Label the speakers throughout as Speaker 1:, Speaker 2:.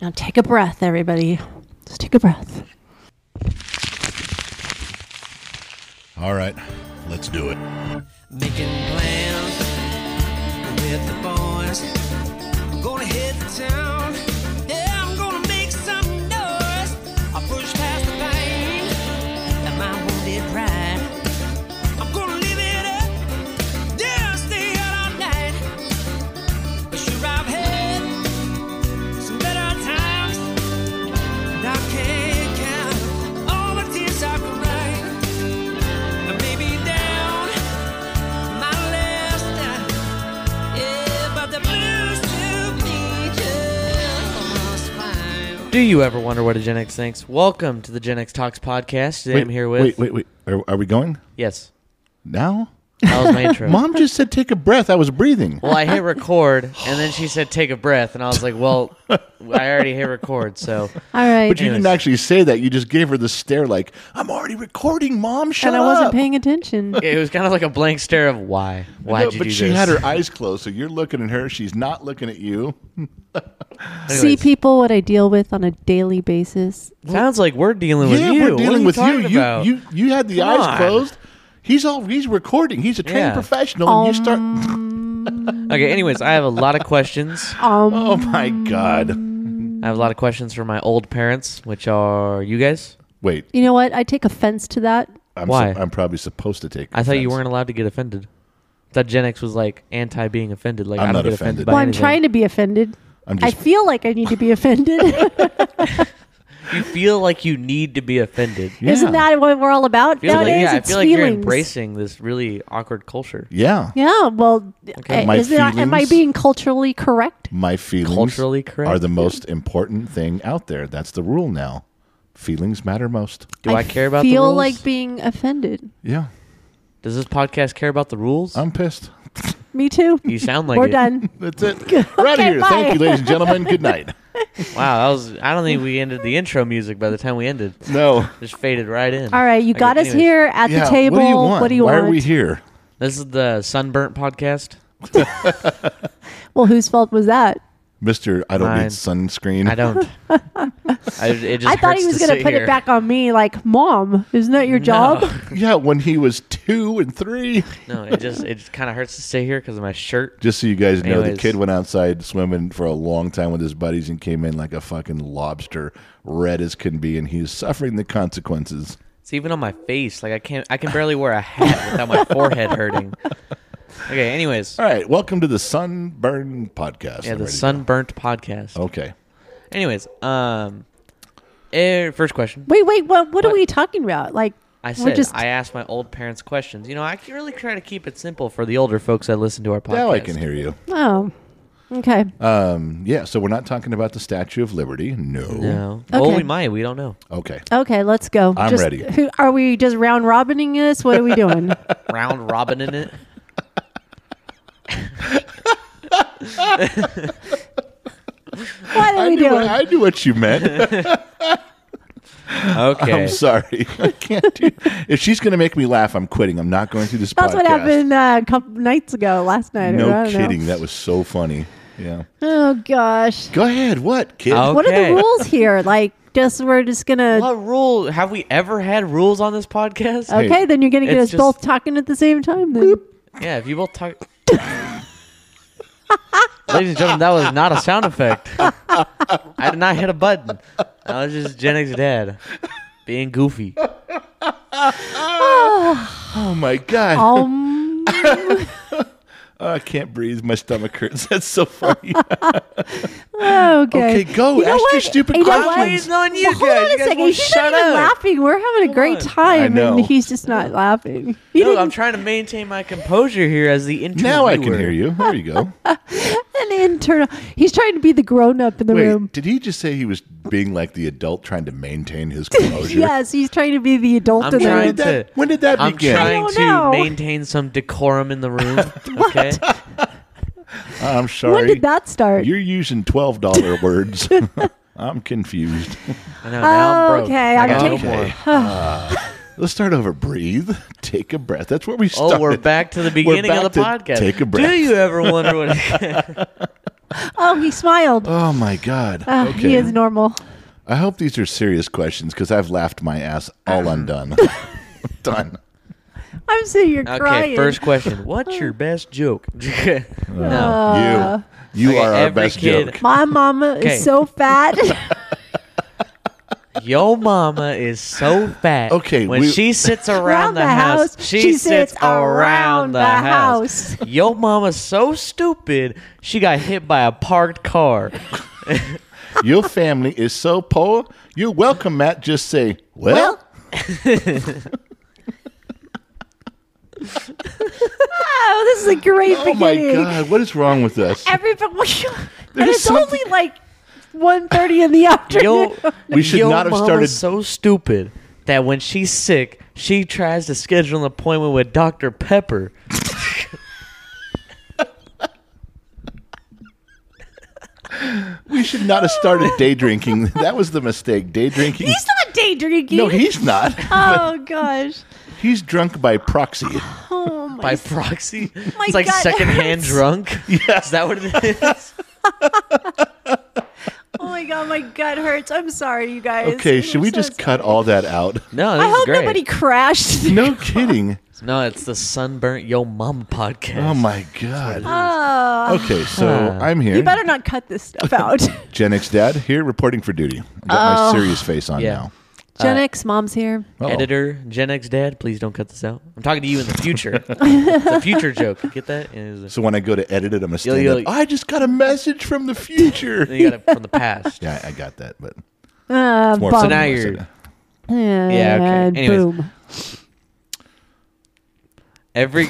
Speaker 1: Now take a breath, everybody. Just take a breath.
Speaker 2: All right, let's do it.
Speaker 3: Making plans with the boys. I'm gonna hit the town. Yeah, I'm gonna make some noise. I'll push past the pain and my wounded pride. I'm gonna live it up. Yeah, I'll stay out all night. But sure, I've had some better times. And I can't count all the tears I've cried. And maybe down. My last night, yeah, but the blues to me just fine.
Speaker 4: Do you ever wonder what a Gen X thinks? Welcome to the Gen X Talks podcast. Today I'm here with.
Speaker 2: Wait, wait, wait. Are, are we going
Speaker 4: Yes.
Speaker 2: now?
Speaker 4: That was my intro.
Speaker 2: Mom just said take a breath. I was breathing.
Speaker 4: Well, I hit record, and then she said, take a breath. And I was like, well, I already hit record. So,
Speaker 1: All right.
Speaker 2: But you didn't
Speaker 4: Anyways.
Speaker 2: actually say that. You just gave her the stare like, I'm already recording, Mom. Shut
Speaker 1: and I
Speaker 2: up.
Speaker 1: wasn't paying attention.
Speaker 4: it was kind of like a blank stare of why? Why'd
Speaker 2: No,
Speaker 4: you
Speaker 2: but
Speaker 4: do
Speaker 2: she
Speaker 4: this?
Speaker 2: had her eyes closed, so you're looking at her. She's not looking at you.
Speaker 1: See people what I deal with on a daily basis.
Speaker 4: Sounds like we're dealing with
Speaker 2: yeah,
Speaker 4: you.
Speaker 2: we're dealing
Speaker 4: what
Speaker 2: with
Speaker 4: are you
Speaker 2: you.
Speaker 4: talking
Speaker 2: You,
Speaker 4: about?
Speaker 2: you you had the
Speaker 4: Come
Speaker 2: eyes
Speaker 4: on.
Speaker 2: closed. He's all he's recording. He's a trained
Speaker 4: Yeah. Um.
Speaker 2: professional, and you start.
Speaker 4: Okay, anyways, I have a lot of questions.
Speaker 1: Um,
Speaker 2: Oh my God!
Speaker 4: I have a lot of questions for my old parents, which are you guys.
Speaker 2: Wait,
Speaker 1: you know what? I take offense to that.
Speaker 2: I'm
Speaker 4: Why?
Speaker 2: I'm probably supposed to take.
Speaker 4: I thought you
Speaker 2: offense.
Speaker 4: weren't allowed to get offended. Thought Gen X was like anti being offended. Like
Speaker 2: I'm
Speaker 4: I don't
Speaker 2: not
Speaker 4: get
Speaker 2: offended.
Speaker 4: offended. by
Speaker 1: Well, I'm
Speaker 4: anything.
Speaker 1: trying to be offended.
Speaker 2: I'm
Speaker 1: I
Speaker 2: just.
Speaker 1: feel like I need to be offended.
Speaker 4: You feel like you need to be offended.
Speaker 2: Yeah.
Speaker 1: Isn't that what we're all about
Speaker 4: Feel like-
Speaker 1: nowadays?
Speaker 4: yeah, I
Speaker 1: it's
Speaker 4: feel like
Speaker 1: feelings.
Speaker 4: you're embracing this really awkward culture.
Speaker 2: yeah.
Speaker 1: Yeah, well,
Speaker 4: Okay.
Speaker 1: I-
Speaker 2: My
Speaker 1: is it, am I
Speaker 2: feelings.
Speaker 1: being culturally correct?
Speaker 2: My feelings
Speaker 4: Culturally correct.
Speaker 2: are the most important thing out there. That's the rule now. Feelings matter most.
Speaker 4: Do I, care about
Speaker 1: feel
Speaker 4: the rules?
Speaker 1: like being offended.
Speaker 2: Yeah,
Speaker 4: Does this podcast care about the rules?
Speaker 2: I'm pissed.
Speaker 1: Me too.
Speaker 4: you sound like
Speaker 1: We're
Speaker 4: it.
Speaker 1: done.
Speaker 2: That's it. We're out of
Speaker 1: Okay,
Speaker 2: here. Thank
Speaker 1: bye.
Speaker 2: you, ladies and gentlemen. Good night.
Speaker 4: Wow, that was. I don't think we ended the intro music by the time we ended.
Speaker 2: No.
Speaker 4: Just faded right in.
Speaker 1: All right, you
Speaker 4: Okay,
Speaker 1: got us
Speaker 4: anyways.
Speaker 1: here at
Speaker 2: Yeah,
Speaker 1: the table.
Speaker 2: What do you want?
Speaker 1: What do you
Speaker 2: Why
Speaker 1: want?
Speaker 2: are we here?
Speaker 4: This is the sunburnt podcast.
Speaker 1: Well, whose fault was that?
Speaker 2: Mister, I don't
Speaker 4: Mine.
Speaker 2: need sunscreen.
Speaker 4: I don't. I, it just
Speaker 1: I thought he was
Speaker 4: going
Speaker 1: going to put it back on me. Like, mom, isn't that your job?
Speaker 2: Yeah, when he was two and three.
Speaker 4: No, it just it kind of hurts to stay here because of my shirt.
Speaker 2: Just so you guys know,
Speaker 4: Anyways.
Speaker 2: the kid went outside swimming for a long time with his buddies and came in like a fucking lobster, red as can be, and he's suffering the consequences.
Speaker 4: It's even on my face. Like I can't. I can barely wear a hat without my forehead hurting. Okay. Anyways,
Speaker 2: All right, welcome to the Sunburn Podcast.
Speaker 4: yeah,
Speaker 2: I'm ready
Speaker 4: the
Speaker 2: to
Speaker 4: sunburnt podcast.
Speaker 2: go. Oh. Okay.
Speaker 4: Anyways, um, eh, first question.
Speaker 1: wait, wait. What? What, are we talking about? Like,
Speaker 4: I
Speaker 1: we're
Speaker 4: said
Speaker 1: just
Speaker 4: I asked my old parents questions. You know, I can really try to keep it simple for the older folks that listen to our podcast.
Speaker 2: Now I can hear you.
Speaker 1: oh, okay.
Speaker 2: Um, yeah, so we're not talking about the Statue of Liberty. No.
Speaker 4: No. Well,
Speaker 1: Okay.
Speaker 4: we might. We don't know.
Speaker 2: Okay.
Speaker 1: Okay, let's go.
Speaker 2: I'm
Speaker 1: Just-
Speaker 2: ready.
Speaker 1: Who, are we just round robining this? What are we doing?
Speaker 4: Round robin in it.
Speaker 1: What are
Speaker 2: I
Speaker 1: we
Speaker 2: knew,
Speaker 1: doing?
Speaker 2: I knew what you meant.
Speaker 4: Okay.
Speaker 2: I'm sorry. I can't do If she's going to make me laugh, I'm quitting. I'm not going through this
Speaker 1: That's
Speaker 2: podcast.
Speaker 1: what happened uh, a couple nights ago, last night. or I
Speaker 2: No
Speaker 1: don't know.
Speaker 2: kidding. That was so funny. Yeah.
Speaker 1: Oh gosh.
Speaker 2: Go ahead. What, kid?
Speaker 4: Oh.
Speaker 1: What are
Speaker 4: Okay.
Speaker 1: the rules here? Like, just we're just gonna.
Speaker 4: What rule? Have we ever had rules on this podcast?
Speaker 1: Okay, then you're gonna get
Speaker 4: it's
Speaker 1: us
Speaker 4: just-
Speaker 1: both talking at the same time. Then
Speaker 4: Yeah, if you both talk. Ladies and gentlemen, that was not a sound effect. I did not hit a button. That was just Gen X dad being goofy.
Speaker 2: Oh my god.
Speaker 1: um,
Speaker 2: Oh, I can't breathe. My stomach hurts. That's so funny.
Speaker 1: okay.
Speaker 2: okay, go.
Speaker 1: You know
Speaker 2: ask your
Speaker 1: what?
Speaker 2: stupid
Speaker 1: You know what?
Speaker 2: questions.
Speaker 4: Waiting on you
Speaker 1: Well, hold
Speaker 4: guys.
Speaker 1: on
Speaker 4: You
Speaker 1: a
Speaker 4: guys
Speaker 1: second.
Speaker 4: won't
Speaker 1: He's
Speaker 4: shut
Speaker 1: not even
Speaker 4: up.
Speaker 1: laughing. We're having a great
Speaker 4: on.
Speaker 1: time,
Speaker 2: I know.
Speaker 1: and he's just not laughing. He
Speaker 4: No, I'm
Speaker 1: didn't-
Speaker 4: trying to maintain my composure here as the interviewer.
Speaker 2: Now I can hear you. There you go.
Speaker 1: an internal. He's trying to be the grown up in the room.
Speaker 2: Wait, did he just say he was being like the adult trying to maintain his composure?
Speaker 1: Yes, he's trying to be the adult
Speaker 4: I'm
Speaker 1: in the
Speaker 2: When
Speaker 1: room.
Speaker 2: did
Speaker 4: Trying
Speaker 2: that,
Speaker 4: to-
Speaker 2: when did that
Speaker 4: I'm
Speaker 2: begin?
Speaker 4: trying
Speaker 1: don't
Speaker 4: to
Speaker 1: know.
Speaker 4: maintain some decorum in the room. Okay.
Speaker 2: I'm
Speaker 1: When
Speaker 2: sorry.
Speaker 1: did that start?
Speaker 2: You're using twelve dollar words. I'm confused.
Speaker 4: I know, now I'm broke.
Speaker 1: Okay,
Speaker 4: I
Speaker 1: I'm
Speaker 4: got no
Speaker 1: taking-
Speaker 4: more.
Speaker 2: Let's start over. Breathe. Take a breath. That's where we started.
Speaker 4: Oh, we're back to the beginning
Speaker 2: back
Speaker 4: of the
Speaker 2: to
Speaker 4: podcast.
Speaker 2: take a breath.
Speaker 4: Do you ever wonder what?
Speaker 1: Oh, he smiled.
Speaker 2: Oh my God.
Speaker 1: Ah, He is normal.
Speaker 2: I hope these are serious questions because I've laughed my ass all undone. Done.
Speaker 1: I'm sitting here
Speaker 4: Okay,
Speaker 1: crying.
Speaker 4: first question. What's your best joke?
Speaker 2: Uh,
Speaker 4: no.
Speaker 2: you. You
Speaker 4: Okay,
Speaker 2: are our
Speaker 4: every
Speaker 2: best
Speaker 4: kid-
Speaker 2: joke.
Speaker 1: My mama
Speaker 4: Okay.
Speaker 1: is so fat.
Speaker 4: Yo mama is so fat.
Speaker 2: Okay,
Speaker 4: When
Speaker 2: we-
Speaker 4: she sits around the, house, she, sits around the house. Yo mama's so stupid, she got hit by a parked car.
Speaker 2: Your family is so poor. You're welcome, Matt. Just say, well.
Speaker 1: Well. oh, this is a great
Speaker 2: oh my
Speaker 1: beginning.
Speaker 2: God. What is wrong with us?
Speaker 1: Everybody, and
Speaker 2: There's
Speaker 1: it's
Speaker 2: something-
Speaker 1: only like 1.30 in the afternoon.
Speaker 4: Yo,
Speaker 2: We should
Speaker 4: yo
Speaker 2: not have
Speaker 4: mama's
Speaker 2: started-
Speaker 4: so stupid that when she's sick, she tries to schedule an appointment with Dr. Pepper.
Speaker 2: We should not have started day drinking. That was the mistake. Day drinking.
Speaker 1: He's not day drinking.
Speaker 2: no, he's not.
Speaker 1: oh gosh.
Speaker 2: He's drunk by proxy.
Speaker 1: Oh my.
Speaker 4: by proxy.
Speaker 1: my
Speaker 4: it's like
Speaker 1: God, it
Speaker 4: secondhand
Speaker 1: hurts.
Speaker 4: drunk. Is that what it is?
Speaker 1: Oh my god, my gut hurts. I'm sorry, you guys.
Speaker 2: Okay, should
Speaker 1: I'm
Speaker 2: we
Speaker 1: so
Speaker 2: just
Speaker 1: sorry.
Speaker 2: cut all that out?
Speaker 4: No, this
Speaker 1: I
Speaker 4: is
Speaker 1: hope
Speaker 4: great.
Speaker 1: nobody crashed.
Speaker 2: No kidding.
Speaker 4: No, it's the sunburnt yo mom podcast.
Speaker 2: Oh my God.
Speaker 1: Oh,
Speaker 2: Okay, so
Speaker 4: Uh,
Speaker 2: I'm here.
Speaker 1: you better not cut this stuff out.
Speaker 2: Gen X Dad here reporting for duty. I got my serious face on
Speaker 4: Oh. Yeah.
Speaker 2: now.
Speaker 1: Gen X mom's here.
Speaker 2: Uh-oh.
Speaker 4: Editor Gen X Dad, please don't cut this out. I'm talking to you in the future. it's a future joke. Get that? And it's-
Speaker 2: So when I go to edit it, I'm gonna stand
Speaker 4: you'll-
Speaker 2: up. I just got a message from the future.
Speaker 4: you got it from the past.
Speaker 2: yeah, I I got that, but
Speaker 1: Uh,
Speaker 2: more
Speaker 1: bum.
Speaker 2: fun
Speaker 4: So now
Speaker 2: when I
Speaker 4: you're-
Speaker 2: said it.
Speaker 4: Yeah,
Speaker 1: And
Speaker 4: okay. Anyways.
Speaker 1: boom.
Speaker 4: Every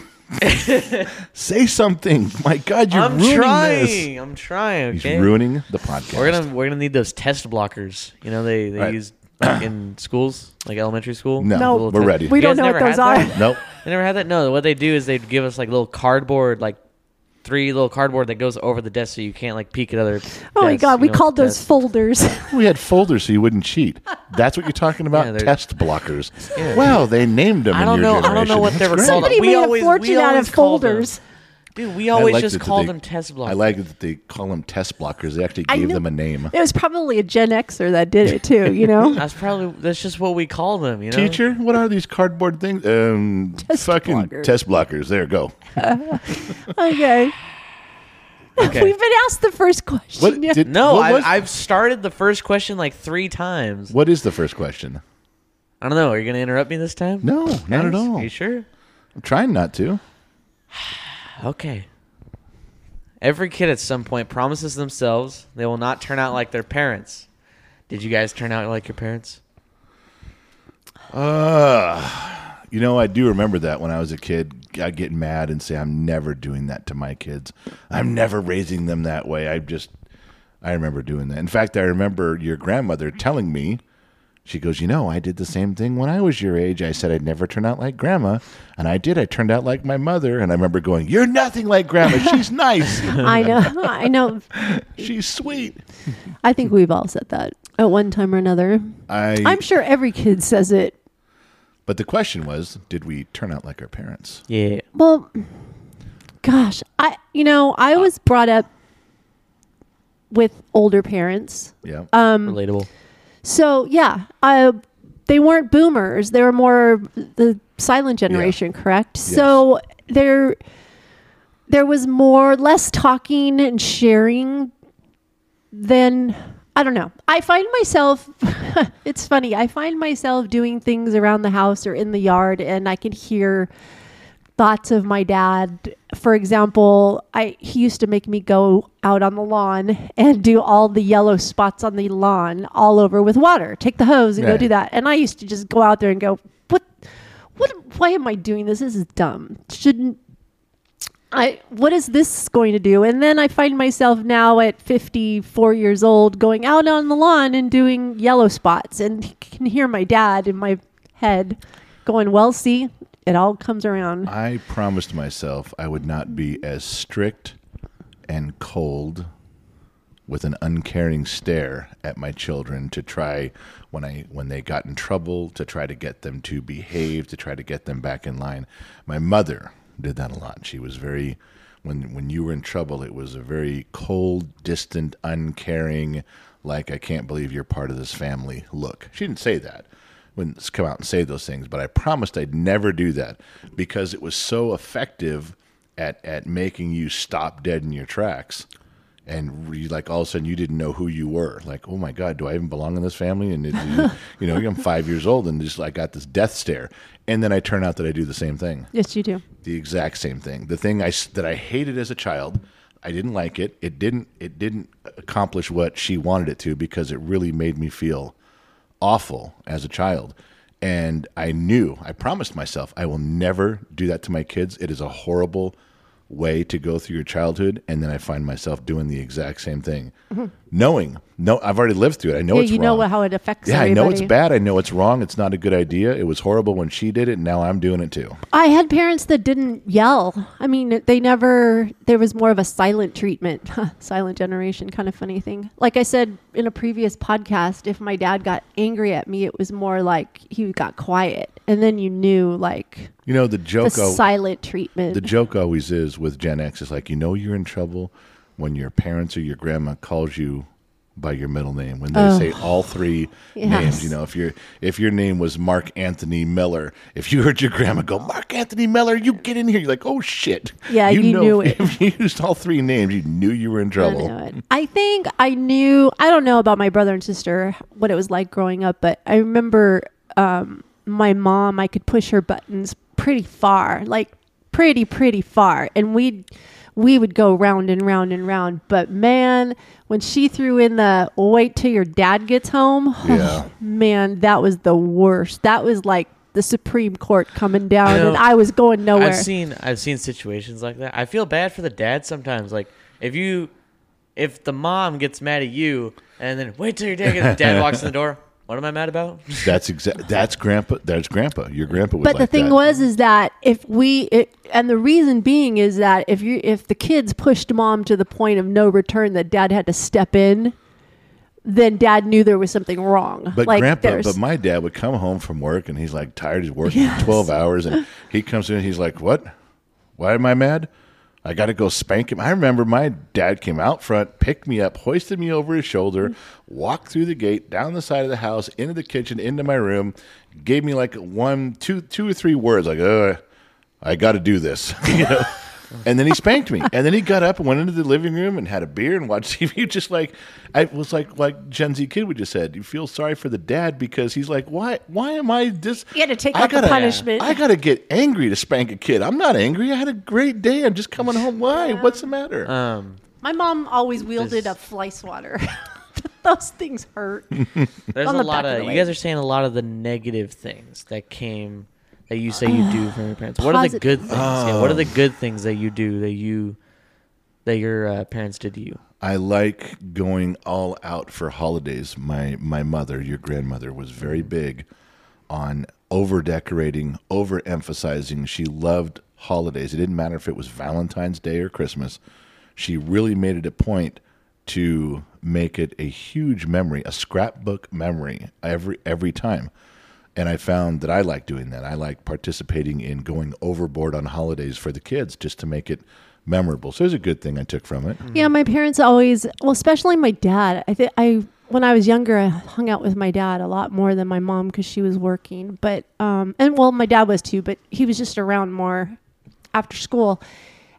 Speaker 2: say something. My God, you're
Speaker 4: I'm
Speaker 2: ruining
Speaker 4: trying.
Speaker 2: this.
Speaker 4: I'm trying.
Speaker 2: He's
Speaker 4: Okay.
Speaker 2: ruining the podcast.
Speaker 4: We're gonna we're gonna need those test blockers. You know they they
Speaker 2: Right.
Speaker 4: use like, in schools like elementary school.
Speaker 2: No,
Speaker 1: No.
Speaker 2: we're ready.
Speaker 1: We
Speaker 4: You
Speaker 1: don't
Speaker 4: guys
Speaker 1: know what
Speaker 4: never
Speaker 1: those
Speaker 4: had
Speaker 1: are.
Speaker 4: that?
Speaker 2: nope.
Speaker 4: They never had that. No, what they do is they'd give us like little cardboard, like three little cardboard that goes over the desk, so you can't like peek at other.
Speaker 1: Oh my
Speaker 4: desks,
Speaker 1: god,
Speaker 4: you
Speaker 1: we
Speaker 4: know,
Speaker 1: called those
Speaker 4: desks.
Speaker 1: folders.
Speaker 2: We had folders so you wouldn't cheat. That's what you're talking about.
Speaker 4: Yeah, they're-
Speaker 2: Test blockers.
Speaker 4: Yeah.
Speaker 2: Well, they named them.
Speaker 4: I don't
Speaker 2: in your
Speaker 4: know. I don't know
Speaker 2: generation.
Speaker 4: what they
Speaker 2: That's
Speaker 4: were
Speaker 2: great.
Speaker 4: called.
Speaker 1: Somebody
Speaker 4: we
Speaker 1: made
Speaker 4: always-
Speaker 1: a
Speaker 4: we
Speaker 1: fortune out
Speaker 4: always
Speaker 1: of
Speaker 4: called them.
Speaker 1: folders.
Speaker 4: Dude, we
Speaker 2: I
Speaker 4: always
Speaker 2: liked it
Speaker 4: just
Speaker 2: that
Speaker 4: called
Speaker 2: they-
Speaker 4: them test blocks.
Speaker 2: I like it that they call them test blockers. They actually
Speaker 1: I
Speaker 2: gave
Speaker 1: knew-
Speaker 2: them a name.
Speaker 1: It was probably a Gen Xer that did it too. You know,
Speaker 4: That's probably that's just what we call them. You know,
Speaker 2: Teacher, what are these cardboard things? Um,
Speaker 1: Test
Speaker 2: fucking
Speaker 1: blockers.
Speaker 2: test blockers. There, go.
Speaker 1: okay.
Speaker 4: Okay.
Speaker 1: We've been asked the first question.
Speaker 2: What
Speaker 1: Yeah.
Speaker 2: did,
Speaker 4: No,
Speaker 2: what
Speaker 4: I,
Speaker 2: was-
Speaker 4: I've started the first question like three times.
Speaker 2: What is the first question?
Speaker 4: I don't know. Are you gonna interrupt me this time?
Speaker 2: No, not at
Speaker 4: Guys?
Speaker 2: all.
Speaker 4: Are you sure?
Speaker 2: I'm trying not to.
Speaker 4: Okay. Every kid at some point promises themselves they will not turn out like their parents. Did you guys turn out like your parents?
Speaker 2: You know, I do remember that when I was a kid, I'd get mad and say, I'm never doing that to my kids. I'm never raising them that way. I just, I remember doing that. In fact, I remember your grandmother telling me, she goes, You know, I did the same thing when I was your age. I said I'd never turn out like grandma. And I did. I turned out like my mother. And I remember going, You're nothing like grandma. She's nice.
Speaker 1: I know. I know.
Speaker 2: She's sweet.
Speaker 1: I think we've all said that at one time or another.
Speaker 2: I,
Speaker 1: I'm sure every kid says it.
Speaker 2: but the question was, Did we turn out like our parents?
Speaker 4: Yeah.
Speaker 1: Well, gosh, I you know I was brought up with older parents,
Speaker 2: Yeah.
Speaker 4: Relatable.
Speaker 1: so yeah, I, they weren't boomers; they were more the silent generation, correct? So there, there was more less talking and sharing than I don't know. I find myself it's funny. I find myself doing things around the house or in the yard and I can hear thoughts of my dad. For example, I he used to make me go out on the lawn and do all the yellow spots on the lawn all over with water. Take the hose and go
Speaker 2: Right.
Speaker 1: do that. And I used to just go out there and go, "What what why am I doing this? This is dumb. Shouldn't I, what is this going to do? And then I find myself now at 54 years old going out on the lawn and doing yellow spots and c- can hear my dad in my head going, Well, see, it all comes around.
Speaker 2: I promised myself I would not be as strict and cold with an uncaring stare at my children to try when I when they got in trouble to try to get them to behave to try to get them back in line. My mother did that a lot. She was very when when you were in trouble, it was a very cold, distant, uncaring, like I can't believe you're part of this family look. She didn't say that. Wouldn't come out and say those things, but I promised I'd never do that because it was so effective at at making you stop dead in your tracks and re, like all of a sudden you didn't know who you were like oh my god do i even belong in this family and it, you know i'm five years old and just like got this death stare and then i turn out that i do the same thing
Speaker 1: Yes, you do.
Speaker 2: the exact same thing the thing i s- that i hated as a child i didn't like it it didn't it didn't accomplish what she wanted it to because it really made me feel awful as a child and i knew i promised myself i will never do that to my kids it is a horrible way to go through your childhood and then i find myself doing the exact same thing knowing no i've already lived through it i know
Speaker 1: Mm-hmm. Yeah,
Speaker 2: it's
Speaker 1: you know
Speaker 2: wrong.
Speaker 1: how it affects.
Speaker 2: yeah i know it's
Speaker 1: everybody.
Speaker 2: bad i know it's wrong it's not a good idea it was horrible when she did it and now i'm doing it too
Speaker 1: I had parents that didn't yell. I mean, they never, there was more of a silent treatment, silent generation, kind of funny thing. Like I said in a previous podcast, if my dad got angry at me, it was more like he got quiet. And then you knew, like,
Speaker 2: you know the
Speaker 1: the
Speaker 2: joke al-
Speaker 1: silent treatment.
Speaker 2: the joke always is with Gen X is like you know you're in trouble when your parents or your grandma calls you by your middle name when they say all three names.
Speaker 1: Oh. Yes.
Speaker 2: You know if your if your name was Mark Anthony Miller, if you heard your grandma go Mark Anthony Miller, you get in here. You're like oh shit.
Speaker 1: Yeah, you
Speaker 2: know,
Speaker 1: knew it.
Speaker 2: If you used all three names, you knew you were in
Speaker 1: I
Speaker 2: trouble.
Speaker 1: know it. I think I knew. I don't know about my brother and sister what it was like growing up, but I remember um, my mom. I could push her buttons pretty far, like pretty pretty far, and we we would go round and round and round. But man, when she threw in the "wait till your dad gets home," oh,
Speaker 2: Yeah.
Speaker 1: man, that was the worst. That was like the Supreme Court coming down,
Speaker 4: know,
Speaker 1: and I was going nowhere.
Speaker 4: I've seen I've seen situations like that. I feel bad for the dad sometimes. Like if you if the mom gets mad at you and then wait till your dad gets dad walks in the door. What am I mad about?
Speaker 2: That's exact. That's grandpa. That's grandpa. Your grandpa was.
Speaker 1: But the
Speaker 2: like
Speaker 1: thing
Speaker 2: that.
Speaker 1: was is that if we it, and the reason being is that if you if the kids pushed mom to the point of no return that dad had to step in, then dad knew there was something wrong.
Speaker 2: But grandpa,
Speaker 1: there's-
Speaker 2: but my dad would come home from work and he's like tired. He's working 12 hours and he comes in and he's like, What? Why am I mad? I got to go spank him. I remember my dad came out front, picked me up, hoisted me over his shoulder, walked through the gate, down the side of the house, into the kitchen, into my room, gave me like one, two, two or three words, like, uh, I got to do this. you know? And then he spanked me. And then he got up and went into the living room and had a beer and watched TV. Just like I was like like Gen Z kid would just said, you feel sorry for the dad because he's like, why why am I this?
Speaker 1: You had to take
Speaker 2: I
Speaker 1: out the punishment.
Speaker 2: I gotta get angry to spank a kid. I'm not angry. I had a great day. I'm just coming home. Why? What's the matter?
Speaker 4: Um,
Speaker 1: my mom always wielded
Speaker 4: There's-
Speaker 1: a fly swatter. Those things hurt.
Speaker 4: there's
Speaker 1: On
Speaker 4: a
Speaker 1: the
Speaker 4: lot
Speaker 1: back of
Speaker 4: of,
Speaker 1: the
Speaker 4: you
Speaker 1: leg.
Speaker 4: guys are saying a lot of the negative things that came that you say you do from your parents. What are the
Speaker 1: Posit-
Speaker 4: good things? yeah, what are the good things that you do that you that your uh, parents did to you?
Speaker 2: I like going all out for holidays. My my mother, your grandmother, was very big on over decorating, over emphasizing. She loved holidays. It didn't matter if it was Valentine's Day or Christmas. She really made it a point to make it a huge memory, a scrapbook memory every every time. And I found that I like doing that. I like participating in going overboard on holidays for the kids just to make it memorable. So there's a good thing I took from it.
Speaker 1: Yeah, my parents always, well, especially my dad. I think I when I was younger, I hung out with my dad a lot more than my mom because she was working. But um, and well, my dad was too, but he was just around more after school.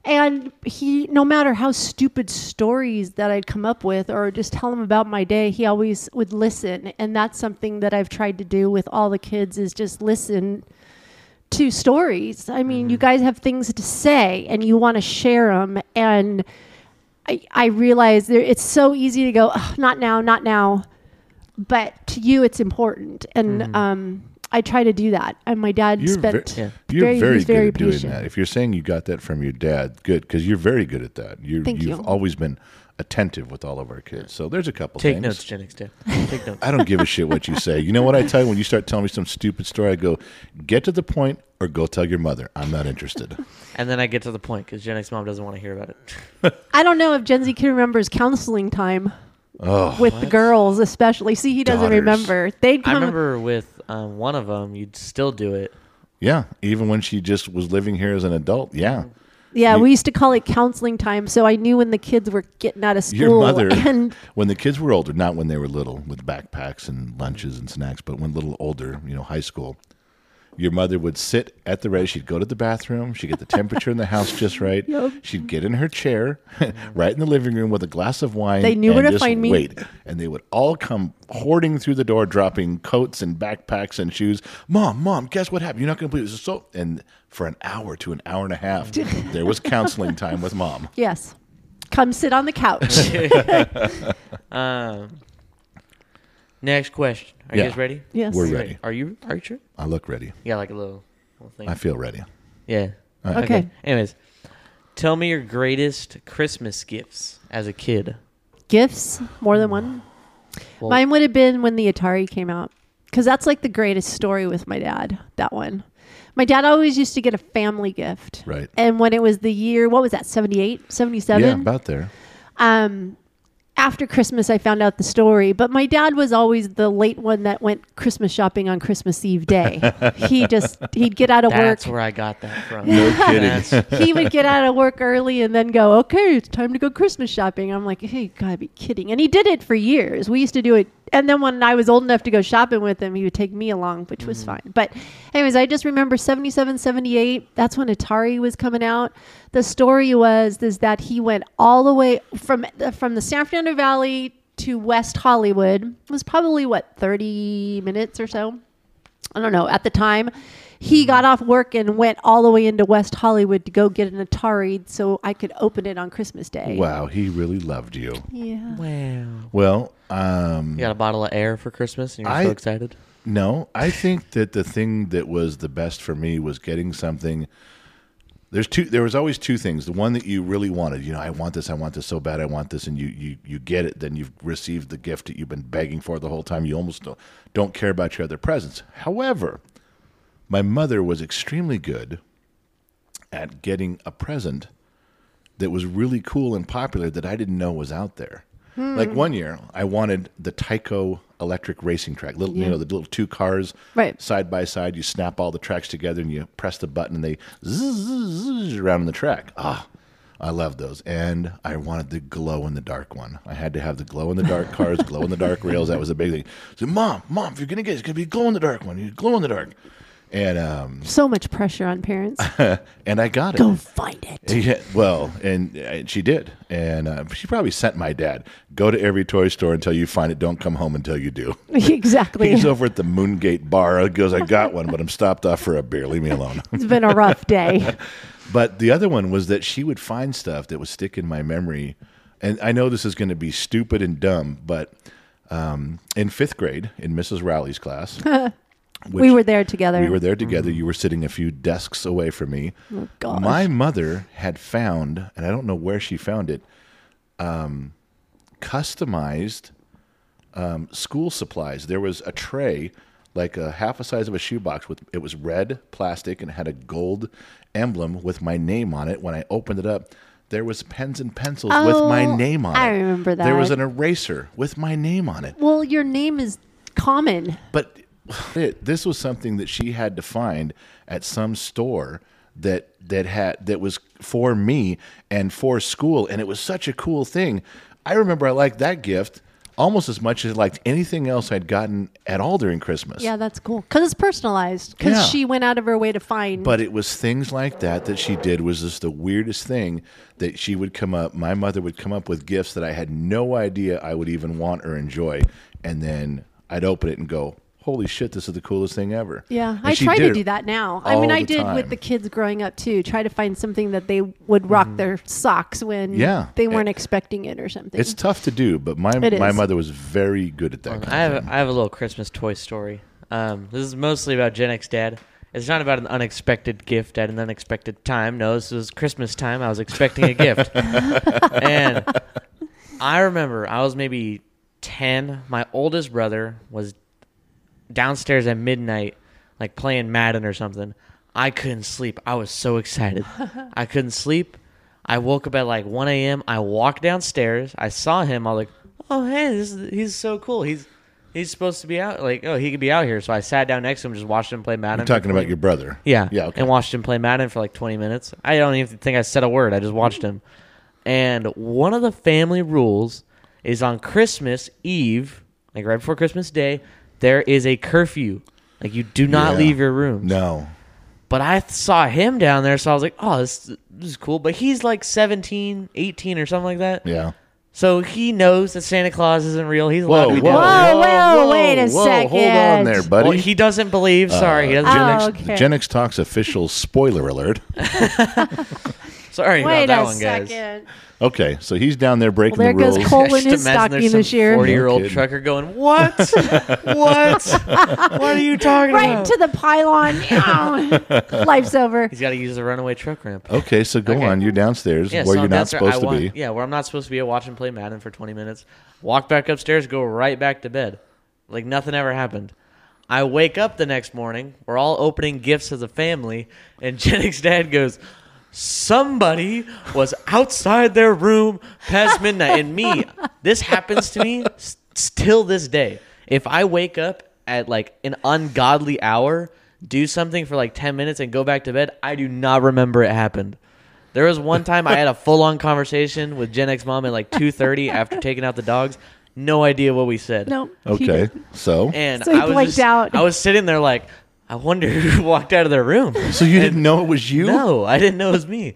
Speaker 1: And he, no matter how stupid stories that I'd come up with or just tell him about my day, he always would listen. And that's something that I've tried to do with all the kids is just listen to stories. I mean,
Speaker 2: Mm-hmm.
Speaker 1: you guys have things to say and you want to share them. And I, I realize there, it's so easy to go, "Ugh, not now, not now. But to you, it's important. And um, I try to do that. And my dad
Speaker 2: Mm-hmm. You're ver-
Speaker 1: spent.
Speaker 4: yeah.
Speaker 2: You're
Speaker 1: very-
Speaker 2: very,
Speaker 1: he's
Speaker 2: good
Speaker 1: very
Speaker 2: at doing
Speaker 1: patient.
Speaker 2: that. If you're saying you got that from your dad, good, because you're very good at that. You're,
Speaker 1: Thank
Speaker 2: you've
Speaker 1: you.
Speaker 2: always been attentive with all of our kids. So there's a couple
Speaker 4: Take
Speaker 2: things.
Speaker 4: notes, Gen X Dad. Take notes.
Speaker 2: I don't give a shit what you say. You know what I tell you when you start telling me some stupid story? I go, get to the point or go tell your mother. I'm not interested.
Speaker 4: And then I get to the point because Gen X mom doesn't want to hear about it.
Speaker 1: I don't know if Gen Z kid remembers counseling time
Speaker 2: Oh,
Speaker 1: with the girls, especially. See, he doesn't
Speaker 2: Daughters.
Speaker 1: remember. They'd
Speaker 4: I
Speaker 1: come.
Speaker 4: remember with um, one of them, you'd still do it.
Speaker 2: yeah. Even when she just was living here as an adult, yeah.
Speaker 1: Yeah,
Speaker 2: You-
Speaker 1: we used to call it counseling time, so I knew when the kids were getting out of school.
Speaker 2: Your mother,
Speaker 1: and
Speaker 2: when the kids were older, not when they were little with backpacks and lunches and snacks, but when little older, you know, high school, your mother would sit at the ready. She'd go to the bathroom. She'd get the temperature in the house just right. She'd get in her chair, right in the living room with a glass of wine.
Speaker 1: They knew
Speaker 2: and
Speaker 1: where to
Speaker 2: just
Speaker 1: find me.
Speaker 2: Wait, and they would all come hoarding through the door, dropping coats and backpacks and shoes. Mom, mom, guess what happened? You're not going to believe this. Is so and for an hour to an hour and a half, there was counseling time with mom.
Speaker 1: yes, come sit on the couch.
Speaker 4: Um, next question. Are you
Speaker 2: Yeah.
Speaker 4: guys ready?
Speaker 1: yes,
Speaker 2: We're ready.
Speaker 4: Are you? Are you sure?
Speaker 2: I look ready.
Speaker 4: You got like a little, little thing.
Speaker 2: I feel ready.
Speaker 4: yeah.
Speaker 1: Okay.
Speaker 4: Anyways, tell me your greatest Christmas gifts as a kid.
Speaker 1: Gifts, more than one.
Speaker 4: Well-
Speaker 1: Mine would have been when the Atari came out, because that's like the greatest story with my dad. That one. My dad always used to get a family gift.
Speaker 2: Right.
Speaker 1: And when it was the year, what was that, 78, 77?
Speaker 2: Yeah, about there.
Speaker 1: um, after Christmas, I found out the story, but my dad was always the late one that went Christmas shopping on Christmas Eve day. he just, he'd get out of
Speaker 4: That's
Speaker 1: work.
Speaker 4: where I got that from.
Speaker 2: No kidding.
Speaker 4: That's-
Speaker 1: He would get out of work early and then go, okay, it's time to go Christmas shopping. I'm like, hey, you gotta be kidding. And he did it for years. We used to do it. And then when I was old enough to go shopping with him, he would take me along, which was fine. But, anyways, I just remember 77, 78. That's when Atari was coming out. The story was is that he went all the way from the, from the San Fernando Valley to West Hollywood. It was probably, what, 30 minutes or so? I don't know, at the time, he got off work and went all the way into West Hollywood to go get an Atari so I could open it on Christmas Day.
Speaker 2: Wow, he really loved you.
Speaker 1: Yeah.
Speaker 4: wow.
Speaker 2: Well, um,
Speaker 4: You got a bottle of air for Christmas and you're
Speaker 2: I-
Speaker 4: so excited.
Speaker 2: no, I think that the thing that was the best for me was getting something. There's two. There was always two things. The one that you really wanted, you know, I want this, I want this so bad, I want this, and you you you get it. Then you've received the gift that you've been begging for the whole time. You almost don't, don't care about your other presents. However, my mother was extremely good at getting a present that was really cool and popular that I didn't know was out there.
Speaker 1: Hmm.
Speaker 2: Like one year, I wanted the Tyco electric racing track, little you know the little two cars
Speaker 1: Right.
Speaker 2: side by side. You snap all the tracks together and you press the button and they zzz, zzz, zzz around in the track. Ah, I love those. And I wanted the glow in the dark one. I had to have the glow in the dark cars, glow in the dark rails. That was a big thing. So mom, mom, if you're gonna get it, it's gonna be glow in the dark one. You glow in the dark. And um
Speaker 1: So much pressure on parents.
Speaker 2: and I got it.
Speaker 1: go find it.
Speaker 2: Yeah, well, and, and she did, and uh, she probably sent my dad go to every toy store until you find it. Don't come home until you do.
Speaker 1: exactly.
Speaker 2: He's over at the Moongate bar. He goes, I got one, but I'm stopped off for a beer. Leave me alone.
Speaker 1: it's been a rough day.
Speaker 2: But the other one was that she would find stuff that would stick in my memory. And I know this is going to be stupid and dumb, but um, in fifth grade, in Mrs. Rowley's class,
Speaker 1: we were there together. Mm-hmm. Oh,
Speaker 2: we were there together. You were sitting a few desks away from me.
Speaker 1: gosh.
Speaker 2: My mother had found, and I don't know where she found it, um, customized um, school supplies. There was a tray, like a half a size of a shoebox, with it was red plastic and had a gold emblem with my name on it. When I opened it up. There was pens and pencils with my
Speaker 1: Oh,
Speaker 2: name on it.
Speaker 1: I remember
Speaker 2: There was
Speaker 1: that.
Speaker 2: an eraser with my name on it.
Speaker 1: well, your name is common.
Speaker 2: But it, this was something that she had to find at some store that that had that was for me and for school, and it was such a cool thing. I remember I liked that gift almost as much as I liked anything else I'd gotten at all during Christmas.
Speaker 1: Yeah, that's cool. Because it's personalized. Because
Speaker 2: Yeah.
Speaker 1: she went out of her way to find.
Speaker 2: But it was things like that that she did was just the weirdest thing that she would come up. My mother would come up with gifts that I had no idea I would even want or enjoy, and then I'd open it and go, "Holy shit, this is the coolest thing ever!"
Speaker 1: Yeah,
Speaker 2: And
Speaker 1: I
Speaker 2: she
Speaker 1: try
Speaker 2: did
Speaker 1: to
Speaker 2: it
Speaker 1: do that now. I
Speaker 2: all
Speaker 1: mean, I
Speaker 2: the
Speaker 1: did
Speaker 2: time.
Speaker 1: with the kids growing up too. Try to find something that they would rock their socks when
Speaker 2: Mm-hmm. Yeah. Eh.
Speaker 1: they weren't expecting it or something.
Speaker 2: It's tough to do, but my
Speaker 1: It
Speaker 2: my
Speaker 1: is.
Speaker 2: mother was very good at that. Kind
Speaker 4: I
Speaker 2: of
Speaker 4: have
Speaker 2: thing.
Speaker 4: I have a little Christmas toy story. Um, this is mostly about Gen X dad. It's not about an unexpected gift at an unexpected time. No, this was Christmas time. I was expecting a gift, and I remember I was maybe ten. My oldest brother was downstairs at midnight, like playing Madden or something. I couldn't sleep. I was so excited. I couldn't sleep. I woke up at like 1 a.m. I walked downstairs. I saw him. I was like, "Oh hey, this is, he's so cool. He's He's supposed to be out. Like, oh, he could be out here. So I sat down next to him, just watched him play Madden.
Speaker 2: I'm talking
Speaker 4: for
Speaker 2: about your brother.
Speaker 4: Yeah.
Speaker 2: Yeah. Okay.
Speaker 4: And watched him play Madden for like 20 minutes. I don't even think I said a word. I just watched him. And one of the family rules is on Christmas Eve, like right before Christmas Day, there is a curfew. Like you do not
Speaker 2: Yeah.
Speaker 4: leave your room.
Speaker 2: No.
Speaker 4: But I th- saw him down there, so I was like, oh, this, this is cool. But he's like 17, 18 or something like that.
Speaker 2: Yeah.
Speaker 4: So he knows that Santa Claus isn't real. He's allowed
Speaker 2: Whoa. Whoa.
Speaker 4: to be
Speaker 2: Whoa.
Speaker 4: down there.
Speaker 1: Whoa, whoa, wait a
Speaker 2: Hold on
Speaker 1: second.
Speaker 2: there,
Speaker 4: Well,
Speaker 2: buddy. Uh,
Speaker 4: he doesn't believe. Sorry, he doesn't.
Speaker 2: Gen
Speaker 1: Oh,
Speaker 2: X,
Speaker 1: okay.
Speaker 2: Gen X Talks official spoiler alert.
Speaker 4: Sorry
Speaker 1: Oh, Wait
Speaker 4: about that
Speaker 1: a
Speaker 4: one, guys.
Speaker 1: second.
Speaker 2: Okay, so he's down there breaking
Speaker 1: Well, there
Speaker 2: the rules.
Speaker 1: goes Cole. Hole in
Speaker 4: Just
Speaker 1: his
Speaker 4: imagine
Speaker 1: stocking
Speaker 4: there's
Speaker 1: this year.
Speaker 4: Forty year
Speaker 2: No
Speaker 4: old
Speaker 2: kidding.
Speaker 4: trucker going, what? what? what are you talking
Speaker 1: Right
Speaker 4: about?
Speaker 1: to the pylon. Ow. Life's over.
Speaker 4: He's got to use the runaway truck ramp.
Speaker 2: Okay, so go
Speaker 4: Okay.
Speaker 2: on. You're downstairs where
Speaker 4: so
Speaker 2: you're
Speaker 4: I'm
Speaker 2: not
Speaker 4: downstairs, I
Speaker 2: supposed to
Speaker 4: want-
Speaker 2: be.
Speaker 4: Yeah, where I'm not supposed to be. I watch him play Madden for 20 minutes. Walk back upstairs. Go right back to bed. Like nothing ever happened. I wake up the next morning. We're all opening gifts as a family, and Jennick's dad goes. Somebody was outside their room past midnight, and me. This happens to me s- till this day. If I wake up at like an ungodly hour, do something for like ten minutes, and go back to bed, I do not remember it happened. There was one time I had a full on conversation with Gen X mom at like two thirty after taking out the dogs. No idea what we said.
Speaker 1: No. he
Speaker 2: Okay,
Speaker 1: didn't.
Speaker 2: so
Speaker 4: And
Speaker 1: So he
Speaker 4: I was
Speaker 1: blanked
Speaker 4: just-
Speaker 1: out.
Speaker 4: I was sitting there like, I wonder who walked out of their room.
Speaker 2: so you didn't know it was you.
Speaker 4: No, I didn't know it was me.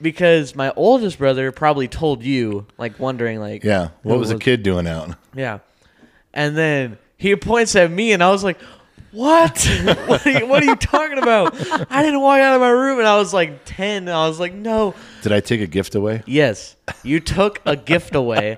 Speaker 4: Because my oldest brother probably told you, like wondering like
Speaker 2: Yeah, what
Speaker 4: who
Speaker 2: was the kid doing out?
Speaker 4: Yeah. And then he points at me, and I was like, "What? what, are you, what are you talking about? I didn't walk out of my room." And I was like ten. And I was like, "No."
Speaker 2: Did I take a gift away?
Speaker 4: Yes, you took a gift away.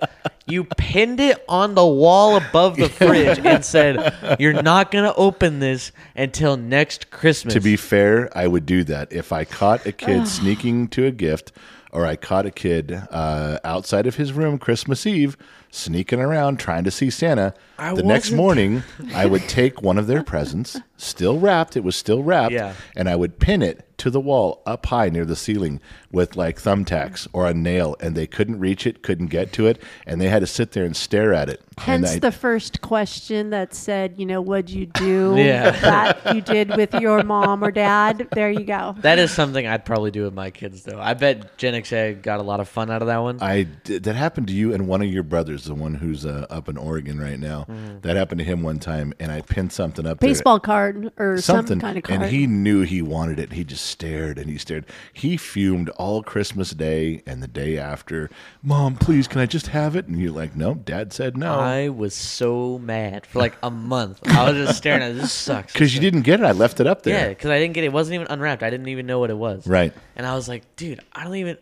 Speaker 4: You pinned it on the wall above the fridge and said, "You're not gonna open this until next Christmas."
Speaker 2: To be fair, I would do that if I caught a kid sneaking to a gift, or I caught a kid uh, outside of his room Christmas Eve sneaking around trying to see Santa.
Speaker 4: I
Speaker 2: the next
Speaker 4: wasn't-
Speaker 2: morning, I would take one of their presents, still wrapped. It was still wrapped,
Speaker 4: Yeah.
Speaker 2: and I would pin it to the wall up high near the ceiling with like thumbtacks or a nail, and they couldn't reach it, couldn't get to it, and they had to sit there and stare at it. And
Speaker 1: Hence
Speaker 2: I-
Speaker 1: the first question that said, you know, what'd you do
Speaker 4: Yeah.
Speaker 1: that you did with your mom or dad? There you go.
Speaker 4: that is something I'd probably do with my kids, though. I bet Gen X Ed got a lot of fun out of that one.
Speaker 2: I did- that happened to you and one of your brothers, the one who's uh, up in Oregon right now.
Speaker 4: Mm.
Speaker 2: That happened to him one time, and I pinned something up there-
Speaker 1: Baseball card or some
Speaker 2: something,
Speaker 1: kind of card.
Speaker 2: and he knew he wanted it. He just stared and he stared. He fumed all Christmas Day and the day after. Mom, please, can I just have it? And you're like, no, Dad said no
Speaker 4: I was so mad for like a month. I was just staring at it. This sucks.
Speaker 2: because you didn't get it. I left it up
Speaker 4: Yeah,
Speaker 2: there.
Speaker 4: because I didn't get it. It wasn't even unwrapped. I didn't even know what it was.
Speaker 2: Right.
Speaker 4: And I was like, dude, I don't even.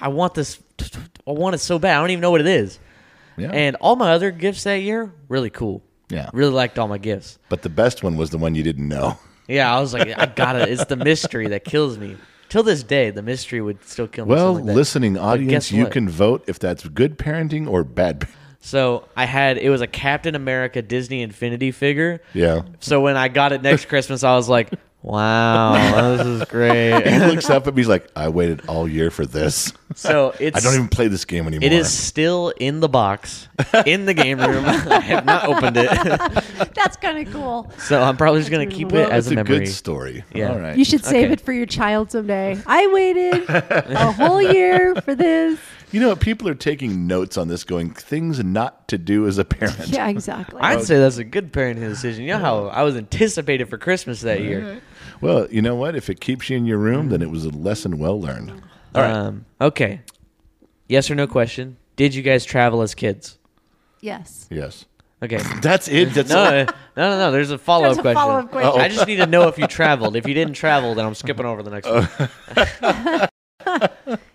Speaker 4: I want this. I want it so bad. I don't even know what it is.
Speaker 2: Yeah.
Speaker 4: And all my other gifts that year, really cool.
Speaker 2: Yeah.
Speaker 4: Really liked all my gifts.
Speaker 2: But the best one was the one you didn't know.
Speaker 4: Yeah, I was like, I got it. It's the mystery that kills me. Till this day, the mystery would still kill me.
Speaker 2: Well,
Speaker 4: something like that.
Speaker 2: listening
Speaker 4: But
Speaker 2: audience,
Speaker 4: guess
Speaker 2: you
Speaker 4: what?
Speaker 2: can vote if that's good parenting or bad. pa-
Speaker 4: So I had it was a Captain America Disney Infinity figure.
Speaker 2: Yeah.
Speaker 4: So when I got it next Christmas, I was like, wow, this is great.
Speaker 2: He looks up at me. He's like, I waited all year for this.
Speaker 4: So it's
Speaker 2: I don't even play this game anymore.
Speaker 4: It is still in the box, in the game room. I have not opened it,
Speaker 1: That's kind of cool.
Speaker 4: so I'm probably just gonna keep it
Speaker 2: Well,
Speaker 4: as
Speaker 2: it's
Speaker 4: a
Speaker 2: a,
Speaker 4: memory.
Speaker 2: good story.
Speaker 4: Yeah.
Speaker 2: All right.
Speaker 1: You should save
Speaker 4: Okay.
Speaker 1: it for your child someday. I waited a whole year for this.
Speaker 2: You know what? People are taking notes on this, going things not to do as a parent.
Speaker 1: Yeah, exactly.
Speaker 4: I'd say that's a good parenting decision. You know how I was anticipated for Christmas that year.
Speaker 2: Well, you know what? If it keeps you in your room, then it was a lesson well learned. All right.
Speaker 4: Um, okay. Yes or no question. Did you guys travel as kids?
Speaker 1: yes.
Speaker 2: yes.
Speaker 4: Okay.
Speaker 2: That's it. That's
Speaker 4: No,
Speaker 2: all.
Speaker 4: no, no, no. There's a follow
Speaker 1: There's
Speaker 4: up
Speaker 1: a
Speaker 4: question.
Speaker 1: follow-up question.
Speaker 4: I just need to know if you traveled. If you didn't travel, then I'm skipping over the next one.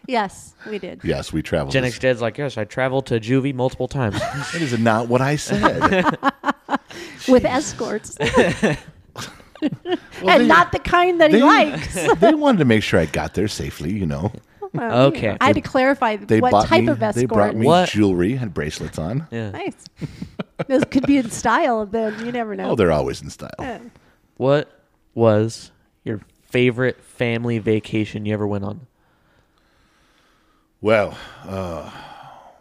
Speaker 1: Yes, we did.
Speaker 2: Yes, we traveled.
Speaker 4: Gen X Dad's like, yes, I traveled to juvie multiple times.
Speaker 2: That is not what I said.
Speaker 1: With escorts.
Speaker 2: Well,
Speaker 1: and not the kind that he likes.
Speaker 2: they wanted to make sure I got there safely, you know.
Speaker 1: Well,
Speaker 4: Okay.
Speaker 1: yeah. I had to clarify
Speaker 2: They
Speaker 1: what
Speaker 2: bought
Speaker 1: type
Speaker 2: me,
Speaker 1: of escort.
Speaker 2: They brought me
Speaker 4: What?
Speaker 2: jewelry and bracelets on.
Speaker 4: Yeah.
Speaker 1: Nice. Those could be in style, then you never know.
Speaker 2: Oh, they're always in style.
Speaker 4: What was your favorite family vacation you ever went on?
Speaker 2: Well,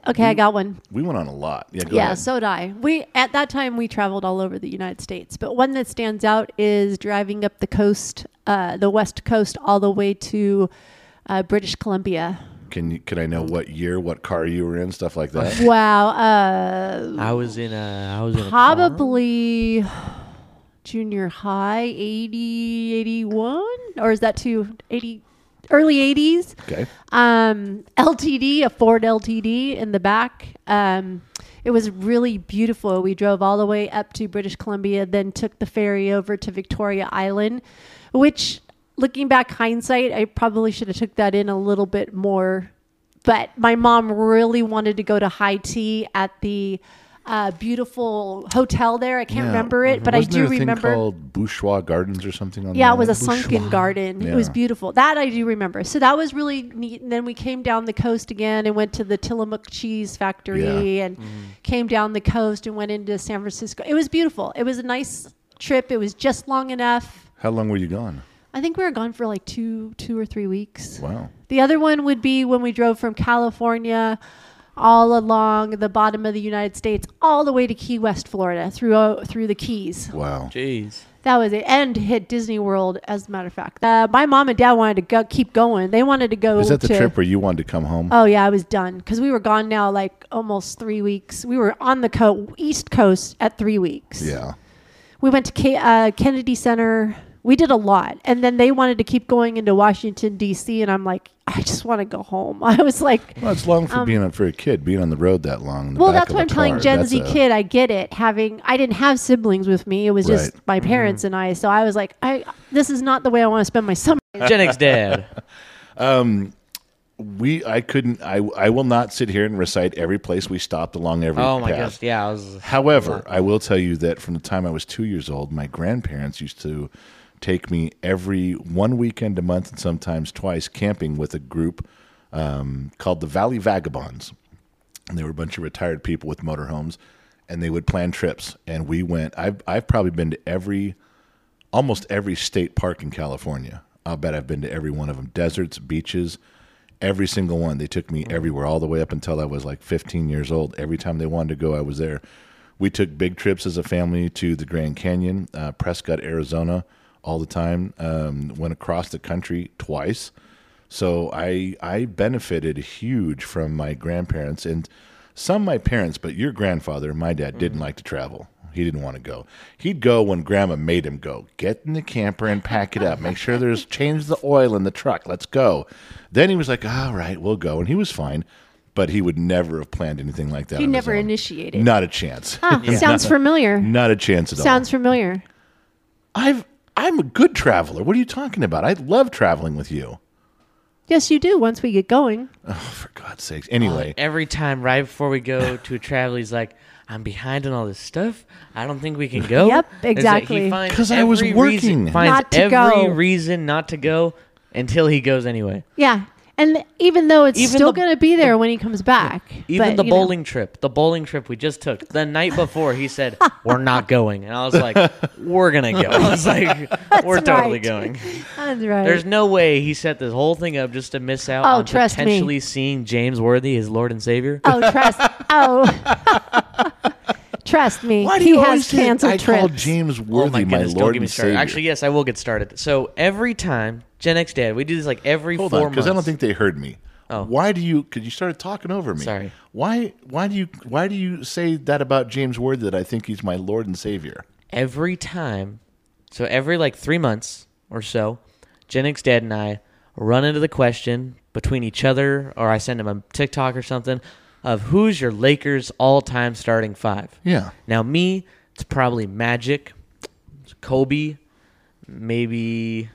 Speaker 1: Okay, I got one.
Speaker 2: We went on a lot. Yeah, mm-hmm. go
Speaker 1: yeah,
Speaker 2: ahead.
Speaker 1: so did I. We at that time we traveled all over the United States, but one that stands out is driving up the coast, uh, the west coast, all the way to uh, British Columbia.
Speaker 2: Can you, can I
Speaker 1: Mm.
Speaker 2: know what year, what car you were in, stuff like that?
Speaker 1: Wow, uh,
Speaker 4: I was in a. I was in a car.
Speaker 1: probably junior high, 80, 81? or is that too eighty? Early 80s.
Speaker 2: Okay.
Speaker 1: um, LTD, a Ford LTD in the back. Um, it was really beautiful. We drove all the way up to British Columbia, then took the ferry over to Victoria Island, which, looking back hindsight, I probably should have took that in a little bit more. But my mom really wanted to go to high tea at the uh, beautiful hotel there. I can't
Speaker 2: Yeah. Mm-hmm.
Speaker 1: remember
Speaker 4: Mm-hmm.
Speaker 1: it, but I
Speaker 2: Wasn't
Speaker 1: do
Speaker 2: there a thing
Speaker 1: remember.
Speaker 2: called Bourgeois Gardens or something on
Speaker 1: Yeah,
Speaker 2: the
Speaker 1: it was a
Speaker 2: island?
Speaker 1: sunken garden. It was
Speaker 2: Mm, Yeah.
Speaker 1: beautiful. That I do remember. So that was really neat. And then we came down the coast again and went to the Tillamook Cheese Factory
Speaker 2: Yeah.
Speaker 1: and came down the coast and went into San Francisco. It was beautiful. It was a nice trip. It was just long enough.
Speaker 2: How long were you gone?
Speaker 1: I think we were gone for like two, two or three weeks.
Speaker 2: Wow.
Speaker 1: The other one would be when we drove from California all along the bottom of the United States, all the way to Key West, Florida, through uh, through the Keys.
Speaker 2: Wow.
Speaker 4: Jeez.
Speaker 1: That was it, and hit Disney World. As a matter of fact, uh, my mom and dad wanted to go, keep going. They wanted to go.
Speaker 2: Is that the
Speaker 1: to,
Speaker 2: trip where you wanted to come home?
Speaker 1: Oh yeah, I was done because we were gone now like almost three weeks. We were on the co- East Coast at three weeks.
Speaker 2: yeah.
Speaker 1: we went to K- uh, Kennedy Center. We did a lot, and then they wanted to keep going into Washington D.C. And I'm like, I just want to go home. I was like,
Speaker 2: Well, it's long for being on, for a kid being on the road that long. in the
Speaker 1: Um, Well,
Speaker 2: back
Speaker 1: that's
Speaker 2: of
Speaker 1: what
Speaker 2: a
Speaker 1: I'm telling
Speaker 2: car.
Speaker 1: Gen
Speaker 2: That's
Speaker 1: Z
Speaker 2: a-
Speaker 1: kid. I get it. Having I didn't have siblings with me. It was just
Speaker 2: Right. Mm-hmm.
Speaker 1: my parents and I. So I was like, I this is not the way I want to spend my summer.
Speaker 4: Gen X dad.
Speaker 2: We, I couldn't. I, I will not sit here and recite every place we stopped along every.
Speaker 4: Oh my
Speaker 2: path.
Speaker 4: gosh. Yeah, I was.
Speaker 2: However, I will tell you that from the time I was two years old, my grandparents used to take me every one weekend a month and sometimes twice camping with a group um, called the Valley Vagabonds. And they were a bunch of retired people with motorhomes, and they would plan trips. And we went. I've I've probably been to every, almost every state park in California. I'll bet I've been to every one of them. Deserts, beaches, every single one. They took me everywhere, all the way up until I was like 15 years old. Every time they wanted to go, I was there. We took big trips as a family to the Grand Canyon, uh, Prescott, Arizona, all the time. Um, went across the country twice. So I I benefited huge from my grandparents and some my parents, but your grandfather, my dad,
Speaker 1: Mm-hmm.
Speaker 2: didn't like to travel. He didn't want to go. He'd go when grandma made him go. Get in the camper and pack it up. Make sure there's change the oil in the truck. Let's go. Then he was like, All right, we'll go. And he was fine. But he would never have planned anything like that.
Speaker 1: He
Speaker 2: on his
Speaker 1: never
Speaker 2: own.
Speaker 1: initiated.
Speaker 2: Not a chance.
Speaker 1: Huh, Sounds familiar.
Speaker 2: Not a chance at all.
Speaker 1: Sounds familiar.
Speaker 2: I've I'm a good traveler. What are you talking about? I love traveling with you.
Speaker 1: Yes, you do. Once we get going,
Speaker 2: Oh, for God's sakes. Anyway.
Speaker 4: Every time, right before we go to travel, he's like, "I'm behind on all this stuff. I don't think we can go."
Speaker 1: Yep,
Speaker 4: It's like he
Speaker 1: exactly.
Speaker 4: finds
Speaker 2: 'Cause I was
Speaker 4: every
Speaker 2: working.
Speaker 4: Reason, finds
Speaker 1: Not to
Speaker 4: every
Speaker 1: go.
Speaker 4: reason not to go until he goes anyway.
Speaker 1: yeah. And th- even though it's
Speaker 4: Even
Speaker 1: still
Speaker 4: the-
Speaker 1: going to be there when he comes back, but,
Speaker 4: Even the
Speaker 1: you know.
Speaker 4: bowling trip, the bowling trip we just took the night before, he said, "We're not going," and I was like, "We're gonna go." I was like, "We're totally
Speaker 1: right.
Speaker 4: going."
Speaker 1: That's right.
Speaker 4: There's no way he set this whole thing up just to miss out
Speaker 1: Oh,
Speaker 4: on
Speaker 1: trust me.
Speaker 4: potentially seeing James Worthy as Lord and Savior.
Speaker 1: oh, trust. Oh, trust me. he has
Speaker 2: get-
Speaker 1: canceled
Speaker 2: I
Speaker 1: trips.
Speaker 2: call James Worthy my,
Speaker 4: Oh don't
Speaker 2: lord
Speaker 4: get me
Speaker 2: and
Speaker 4: started.
Speaker 2: savior.
Speaker 4: Actually, yes, I will get started. So every time Gen X Dad, we do this like every
Speaker 2: hold
Speaker 4: four
Speaker 2: on, because
Speaker 4: months. Oh.
Speaker 2: I don't think they heard me. Why do you? Because you started talking over me.
Speaker 4: Sorry.
Speaker 2: Why? Why do you? Why do you say that about James Worthy? That I think he's my lord and savior.
Speaker 4: every time. So every like three months or so, Gen X Dad and I run into the question between each other, or I send him a TikTok or something of who's your Lakers all-time starting five.
Speaker 2: Yeah.
Speaker 4: Now me, it's probably Magic, it's Kobe, maybe.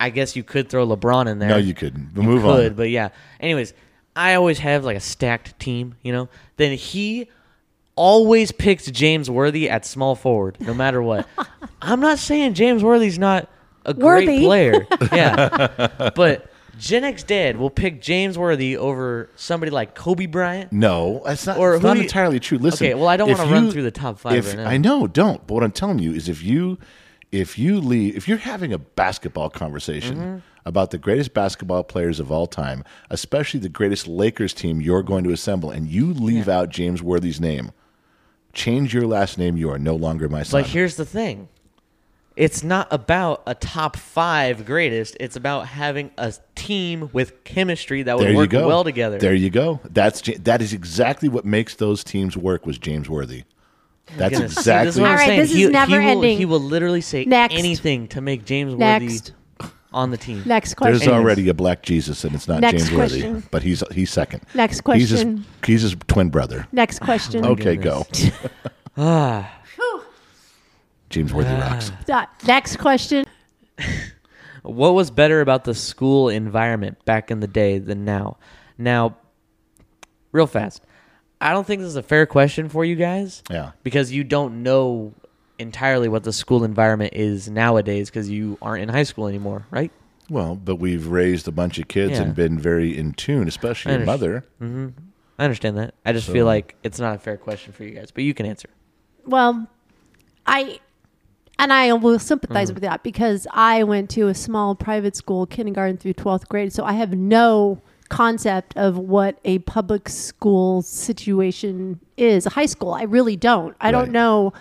Speaker 4: I guess you could throw LeBron in there.
Speaker 2: No, you couldn't. But move
Speaker 4: could,
Speaker 2: on.
Speaker 4: but yeah. Anyways, I always have like a stacked team, you know. Then he always picks James Worthy at small forward, no matter what. I'm not saying James Worthy's not a
Speaker 1: Worthy.
Speaker 4: great player, yeah, but Gen X Dad will pick James Worthy over somebody like Kobe Bryant.
Speaker 2: No, that's not,
Speaker 4: Or
Speaker 2: it's
Speaker 4: who
Speaker 2: not
Speaker 4: do you-
Speaker 2: entirely true. Listen.
Speaker 4: Okay, well, I don't
Speaker 2: if
Speaker 4: wanna run
Speaker 2: you-
Speaker 4: through the top five
Speaker 2: if-
Speaker 4: right now.
Speaker 2: I know, don't.
Speaker 4: Mm-hmm.
Speaker 2: But what I'm telling you is, if you, if you leave, if you're having a basketball conversation about the greatest basketball players of all time, especially the greatest Lakers team you're going to assemble, and you leave out James Worthy's name. Change your last name. You are no longer my son.
Speaker 4: But here's the thing. It's not about a top five greatest. It's about having a team with chemistry that would
Speaker 2: there you
Speaker 4: work
Speaker 2: go.
Speaker 4: well together.
Speaker 2: There you go. That's Ja- that is exactly what makes those teams work. Was James Worthy? That's
Speaker 4: Oh Goodness. See, this is
Speaker 2: exactly.
Speaker 4: what
Speaker 1: All
Speaker 4: I'm
Speaker 1: right,
Speaker 4: saying.
Speaker 1: this is
Speaker 4: He- he
Speaker 1: never
Speaker 4: will-
Speaker 1: ending.
Speaker 4: He will literally say
Speaker 1: Next.
Speaker 4: anything to make James
Speaker 1: Next.
Speaker 4: Worthy on the team.
Speaker 1: Next question.
Speaker 2: There's already a black Jesus, and it's not
Speaker 1: Next
Speaker 2: James Worthy,
Speaker 1: question.
Speaker 2: but he's he's second.
Speaker 1: Next
Speaker 2: He's his,
Speaker 1: question.
Speaker 2: he's his twin brother.
Speaker 1: Next question.
Speaker 2: Okay,
Speaker 4: goodness.
Speaker 2: go. James Worthy
Speaker 4: Ah.
Speaker 2: rocks.
Speaker 1: Dot. Next question.
Speaker 4: What was better about the school environment back in the day than now? Now, real fast, I don't think this is a fair question for you guys.
Speaker 2: Yeah.
Speaker 4: Because you don't know entirely what the school environment is nowadays because you aren't in high school anymore, right?
Speaker 2: Well, but we've raised a bunch of kids
Speaker 4: Yeah.
Speaker 2: and been very in tune, especially
Speaker 4: I
Speaker 2: your mother.
Speaker 4: I understand that. I just
Speaker 2: So-
Speaker 4: feel like it's not a fair question for you guys, but you can answer.
Speaker 1: Well, I and I will sympathize with that because I went to a small private school, kindergarten through twelfth grade, so I have no concept of what a public school situation is. A high school, I really don't. I
Speaker 2: Right.
Speaker 1: don't know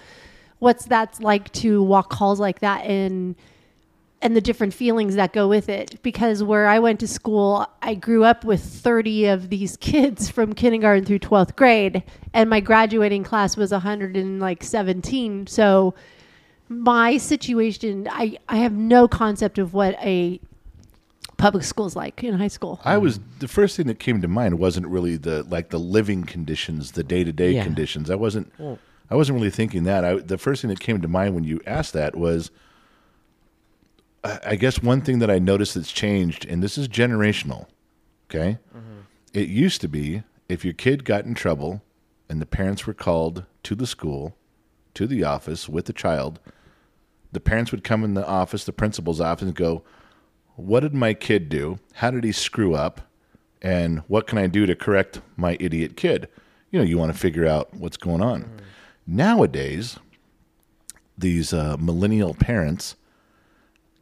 Speaker 1: what's that's like to walk halls like that and and the different feelings that go with it because where I went to school, I grew up with 30 of these kids from kindergarten through 12th grade and my graduating class was 117. So my situation, I I have no concept of what a public school's like in high school.
Speaker 2: I was the first thing that came to mind wasn't really the like the living conditions, the day to day
Speaker 4: Yeah.
Speaker 2: conditions. I wasn't I wasn't really thinking that. I, the first thing that came to mind when you asked that was, I, I guess one thing that I noticed that's changed, and this is generational. Okay, it used to be if your kid got in trouble, and the parents were called to the school, to the office with the child, the parents would come in the office, the principal's office, and go, what did my kid do? How did he screw up? And what can I do to correct my idiot kid? You know, you want to figure out what's going on. Nowadays, these uh, millennial parents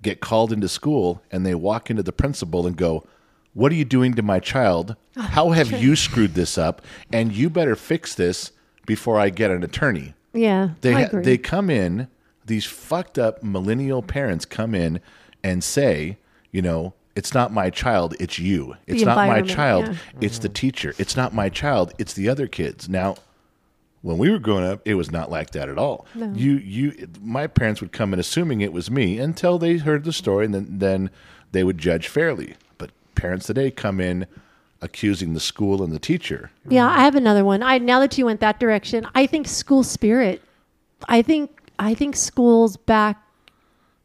Speaker 2: get called into school and they walk into the principal and go, What are you doing to my child? How have you screwed this up? And you better fix this before I get an attorney.
Speaker 1: Yeah.
Speaker 2: They
Speaker 1: I
Speaker 2: ha-
Speaker 1: agree.
Speaker 2: they come in. These fucked up millennial parents come in and say, you know, it's not my child, it's you. It's not my
Speaker 1: environment,
Speaker 2: child,
Speaker 1: yeah.
Speaker 2: it's the teacher. It's not my child, it's the other kids. Now, when we were growing up, it was not like that at all. You you my parents would come in assuming it was me until they heard the story and then then they would judge fairly. But parents today come in accusing the school and the teacher.
Speaker 1: Yeah, I have another one. I now that you went that direction, I think school spirit. I think I think schools back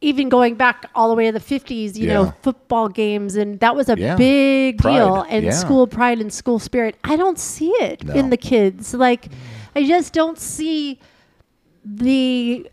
Speaker 1: even going back all the way to the 50s, you
Speaker 2: Yeah.
Speaker 1: know, football games and that was a
Speaker 2: Yeah.
Speaker 1: big deal
Speaker 2: Pride,
Speaker 1: and
Speaker 2: yeah.
Speaker 1: school pride and school spirit. I don't see it
Speaker 2: No. Mm.
Speaker 1: in the kids. Like I just don't see the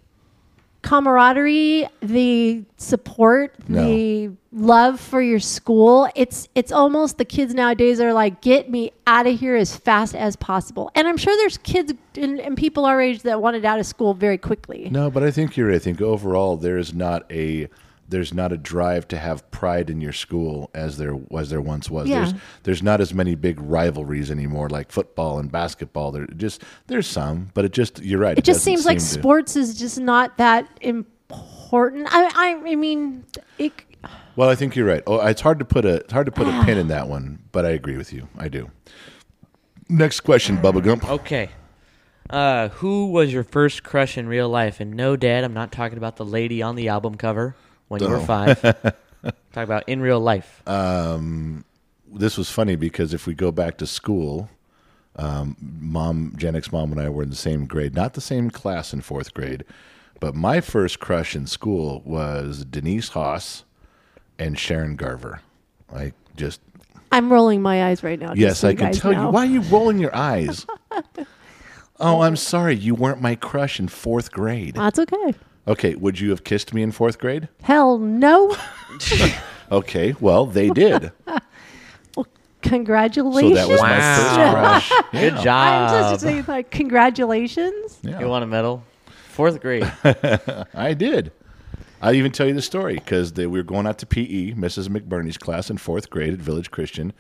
Speaker 1: camaraderie, the support,
Speaker 2: No.
Speaker 1: the love for your school. It's it's almost the kids nowadays are like, get me out of here as fast as possible. And I'm sure there's kids and, and people our age that wanted out of school very quickly.
Speaker 2: No, but I think you're. right. I think overall there is not a there's not a drive to have pride in your school as there as there once was.
Speaker 1: Yeah.
Speaker 2: There's there's not as many big rivalries anymore like football and basketball. There just there's some, but it just you're right.
Speaker 1: It just seems like
Speaker 2: sports.
Speaker 1: sports is just not that important. I I, I mean, it,
Speaker 2: Well, I think you're right. Oh, it's hard to put a it's hard to put
Speaker 1: Ah.
Speaker 2: a pin in that one, but I agree with you. I do. Next question, Bubba Gump.
Speaker 4: Okay. Uh, who was your first crush in real life? And no, Dad, I'm not talking about the lady on the album cover when you were
Speaker 2: Oh.
Speaker 4: five. Talk about in real life.
Speaker 2: This was funny because if we go back to school, um, mom, Janik's mom, and I were in the same grade, not the same class in fourth grade, but my first crush in school was Denise Haas and Sharon Garver. Like, just
Speaker 1: I'm rolling my eyes right now. just
Speaker 2: yes,
Speaker 1: so
Speaker 2: I can
Speaker 1: guys
Speaker 2: tell
Speaker 1: know.
Speaker 2: you. Why are you rolling your eyes? oh, I'm sorry. You weren't my crush in fourth grade.
Speaker 1: That's okay.
Speaker 2: Okay, would you have kissed me in fourth grade?
Speaker 1: Hell no.
Speaker 2: Okay, well, they did. so
Speaker 1: Congratulations.
Speaker 2: that was my first
Speaker 4: Wow.
Speaker 2: crush.
Speaker 4: Good
Speaker 2: Yeah.
Speaker 4: job.
Speaker 1: I'm just saying, like, congratulations.
Speaker 2: Yeah.
Speaker 4: You want a medal? Fourth grade.
Speaker 2: I did. I'll even tell you the story because we were going out to PE, Mrs. McBurney's class in fourth grade at Village Christian,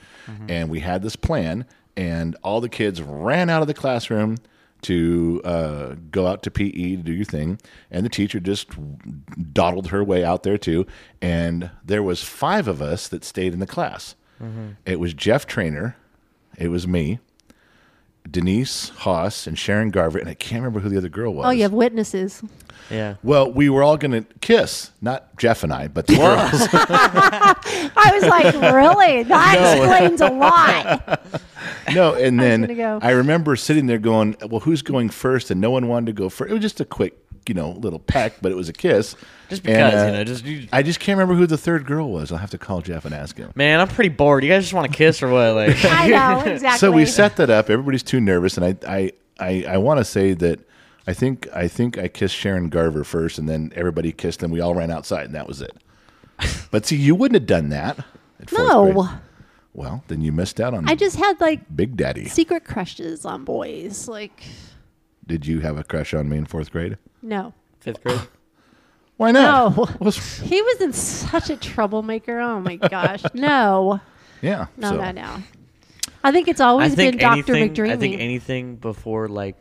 Speaker 2: and we had this plan, and all the kids ran out of the classroom to uh, go out to PE to do your thing, and the teacher just dawdled her way out there too, and there was five of us that stayed in the class. It was Jeff Trainer, it was me, Denise Haas, and Sharon Garver, and I can't remember who the other girl was.
Speaker 1: Oh, you have witnesses.
Speaker 4: Yeah.
Speaker 2: Well, we were all going to kiss, not Jeff and I, but the girls.
Speaker 1: I was like, really? That explains a lot.
Speaker 2: no, and
Speaker 1: gonna
Speaker 2: then
Speaker 1: go.
Speaker 2: I remember sitting there going, "Well, who's going first? And no one wanted to go first. It was just a quick, you know, little peck, but it was a kiss.
Speaker 4: Just
Speaker 2: And,
Speaker 4: because, you
Speaker 2: uh,
Speaker 4: know, just you,
Speaker 2: I just can't remember who the third girl was. I'll have to call Jeff and ask him.
Speaker 4: man, I'm pretty bored. You guys just want to kiss or what? Like,
Speaker 1: I know, exactly.
Speaker 2: So we set that up. Everybody's too nervous, and I, I, I, I want to say that I think I think I kissed Sharon Garver first, and then everybody kissed, and we all ran outside, and that was it. But see, you wouldn't have done that. at fourth
Speaker 1: No.
Speaker 2: grade. Well, then you missed out on
Speaker 1: I just had like
Speaker 2: Big Daddy.
Speaker 1: secret crushes on boys. Like,
Speaker 2: Did you have a crush on me in fourth grade?
Speaker 1: no.
Speaker 4: fifth grade.
Speaker 2: Why not?
Speaker 1: No.
Speaker 2: What's-
Speaker 1: He was in such a troublemaker. Oh my gosh. No.
Speaker 2: yeah.
Speaker 1: No,
Speaker 2: so.
Speaker 1: no, no. I think it's always
Speaker 4: I think
Speaker 1: been Dr.
Speaker 4: anything.
Speaker 1: McDreamy.
Speaker 4: I think anything before like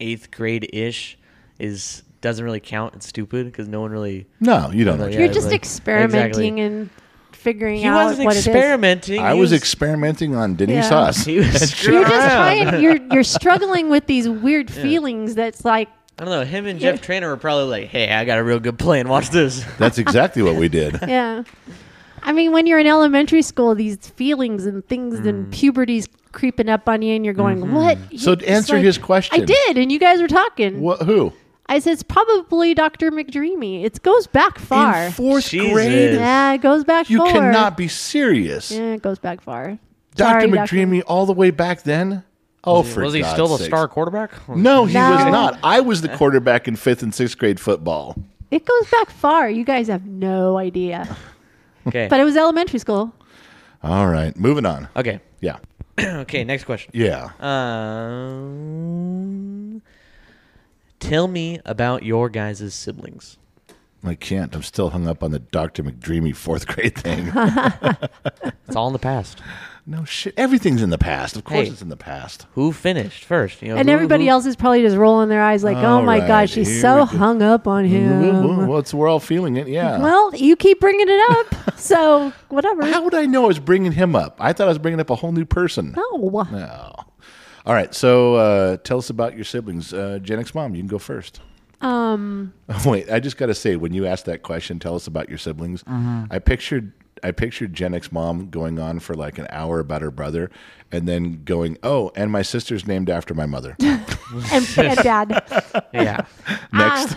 Speaker 4: eighth grade ish is doesn't really count. It's stupid because no one really.
Speaker 2: No, you don't know.
Speaker 4: Yeah,
Speaker 1: You're
Speaker 4: it's
Speaker 1: just
Speaker 4: like-
Speaker 1: experimenting
Speaker 4: Exactly.
Speaker 1: and figuring
Speaker 4: He
Speaker 1: out
Speaker 4: wasn't
Speaker 1: what it is.
Speaker 4: experimenting.
Speaker 2: I
Speaker 4: he
Speaker 2: was experimenting on
Speaker 1: Yeah.
Speaker 2: Denise Haas.
Speaker 4: He was screwing
Speaker 1: You're just
Speaker 4: around.
Speaker 1: trying. You're you're struggling with these weird feelings. That's like
Speaker 4: I don't know. Him and Jeff Trainer were probably like, "Hey, I got a real good plan. Watch this."
Speaker 2: That's exactly what we did.
Speaker 1: yeah. I mean, when you're in elementary school, these feelings and things and puberty's creeping up on you, and you're going, "What?"
Speaker 2: Mm. Mm-hmm. So
Speaker 1: It's
Speaker 2: answer his question.
Speaker 1: I did, and you guys were talking.
Speaker 2: What? Who?
Speaker 1: I said it's probably Dr. McDreamy. It goes back far.
Speaker 2: In fourth
Speaker 4: Jesus.
Speaker 2: grade?
Speaker 1: yeah, it goes back
Speaker 2: You
Speaker 1: far.
Speaker 2: cannot be serious.
Speaker 1: Yeah, it goes back far.
Speaker 2: Dr.
Speaker 1: Sorry,
Speaker 2: McDreamy all the way back then? Oh, for
Speaker 4: was he
Speaker 2: God's
Speaker 4: still the
Speaker 2: sakes.
Speaker 4: star quarterback?
Speaker 2: No, he was
Speaker 1: No.
Speaker 2: not. I was the quarterback in fifth and sixth grade football.
Speaker 1: It goes back far. You guys have no idea.
Speaker 4: Okay.
Speaker 1: But it was elementary school.
Speaker 2: All right, moving on.
Speaker 4: okay.
Speaker 2: Yeah.
Speaker 4: okay. Next question.
Speaker 2: Yeah.
Speaker 4: Um, tell me about your guys' siblings.
Speaker 2: I can't. I'm still hung up on the Dr. McDreamy fourth grade thing.
Speaker 4: It's all in the past.
Speaker 2: no shit. Everything's in the past. Of course
Speaker 4: Hey.
Speaker 2: it's in the past.
Speaker 4: Who finished first? You know,
Speaker 1: And
Speaker 4: who-
Speaker 1: everybody
Speaker 4: who-
Speaker 1: else is probably just rolling their eyes like, oh
Speaker 2: Uh-huh. All
Speaker 1: my
Speaker 2: right,
Speaker 1: God, she's
Speaker 2: here
Speaker 1: so
Speaker 2: we go. Mm-hmm.
Speaker 1: hung up on him.
Speaker 2: Well, it's, we're all feeling it, yeah.
Speaker 1: Well, you keep bringing it up. so, whatever.
Speaker 2: Oh. How would I know I was bringing him up? I thought I was bringing up a whole new person.
Speaker 1: No.
Speaker 2: No. All right, so uh, tell us about your siblings. Uh, Gen X mom, you can go first. Oh,
Speaker 1: Um,
Speaker 2: Wait, I just got to say, when you asked that question, tell us about your siblings. I pictured I pictured Gen X mom going on for like an hour about her brother, and then going, "Oh, and my sister's named after my mother."
Speaker 1: and, and dad.
Speaker 4: Yeah.
Speaker 1: Ah.
Speaker 2: Next,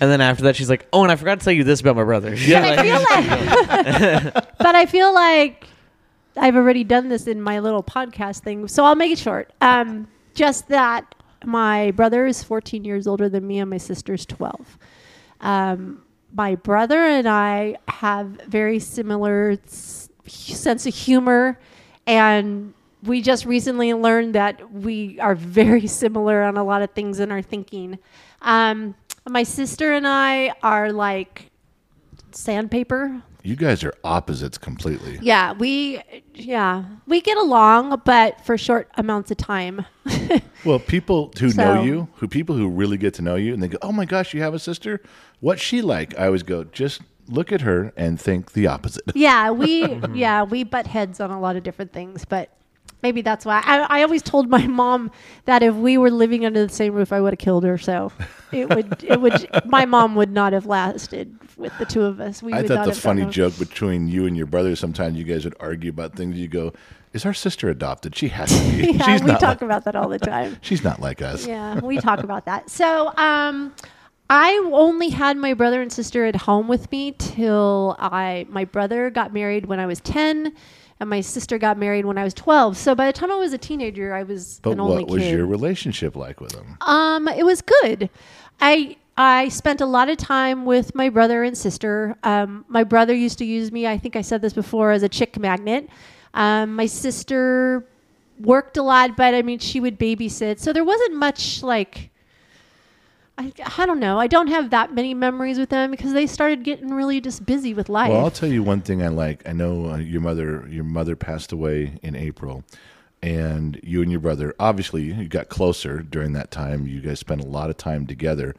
Speaker 4: And then after that, she's like, "Oh, and I forgot to tell you this about my brother." Yeah.
Speaker 1: I feel like, but I feel like I've already done this in my little podcast thing, so I'll make it short. Um, just that my brother is 14 years older than me, and my sister's 12. Um, my brother and I have very similar s- sense of humor, and we just recently learned that we are very similar on a lot of things in our thinking. Um, my sister and I are like sandpaper.
Speaker 2: you guys are opposites completely.
Speaker 1: Yeah, we yeah we get along, but for short amounts of time.
Speaker 2: Well, people who
Speaker 1: So-
Speaker 2: know you, who people who really get to know you, and they go, "Oh my gosh, you have a sister? What's she like?" I always go, "Just look at her and think the opposite."
Speaker 1: yeah, we
Speaker 2: Mm-hmm.
Speaker 1: yeah we butt heads on a lot of different things, but maybe that's why I, I always told my mom that if we were living under the same roof, I would have killed her. So it would it would my mom would not have lasted with the two of us. We
Speaker 2: I
Speaker 1: would
Speaker 2: thought
Speaker 1: not
Speaker 2: the
Speaker 1: have
Speaker 2: funny
Speaker 1: gotten along.
Speaker 2: joke between you and your brother. Sometimes you guys would argue about things. You go, "Is our sister adopted? She has to be.
Speaker 1: Yeah,
Speaker 2: she's
Speaker 1: we
Speaker 2: not.
Speaker 1: talk
Speaker 2: like,
Speaker 1: about that all the time.
Speaker 2: she's not like us."
Speaker 1: Yeah, we talk about that. So, um, I only had my brother and sister at home with me till I my brother got married when I was ten, and my sister got married when I was twelve. So by the time I was a teenager, I was
Speaker 2: But
Speaker 1: an only
Speaker 2: what was
Speaker 1: kid.
Speaker 2: your relationship like with him?
Speaker 1: Um, it was good. I I spent a lot of time with my brother and sister. Um, my brother used to use me. I think I said this before as a chick magnet. Um, my sister worked a lot, but I mean she would babysit, so there wasn't much like I, I don't know. I don't have that many memories with them because they started getting really just busy with life.
Speaker 2: Well, I'll tell you one thing I like. I know uh, your mother your mother passed away in April, and you and your brother obviously you got closer during that time. You guys spent a lot of time together.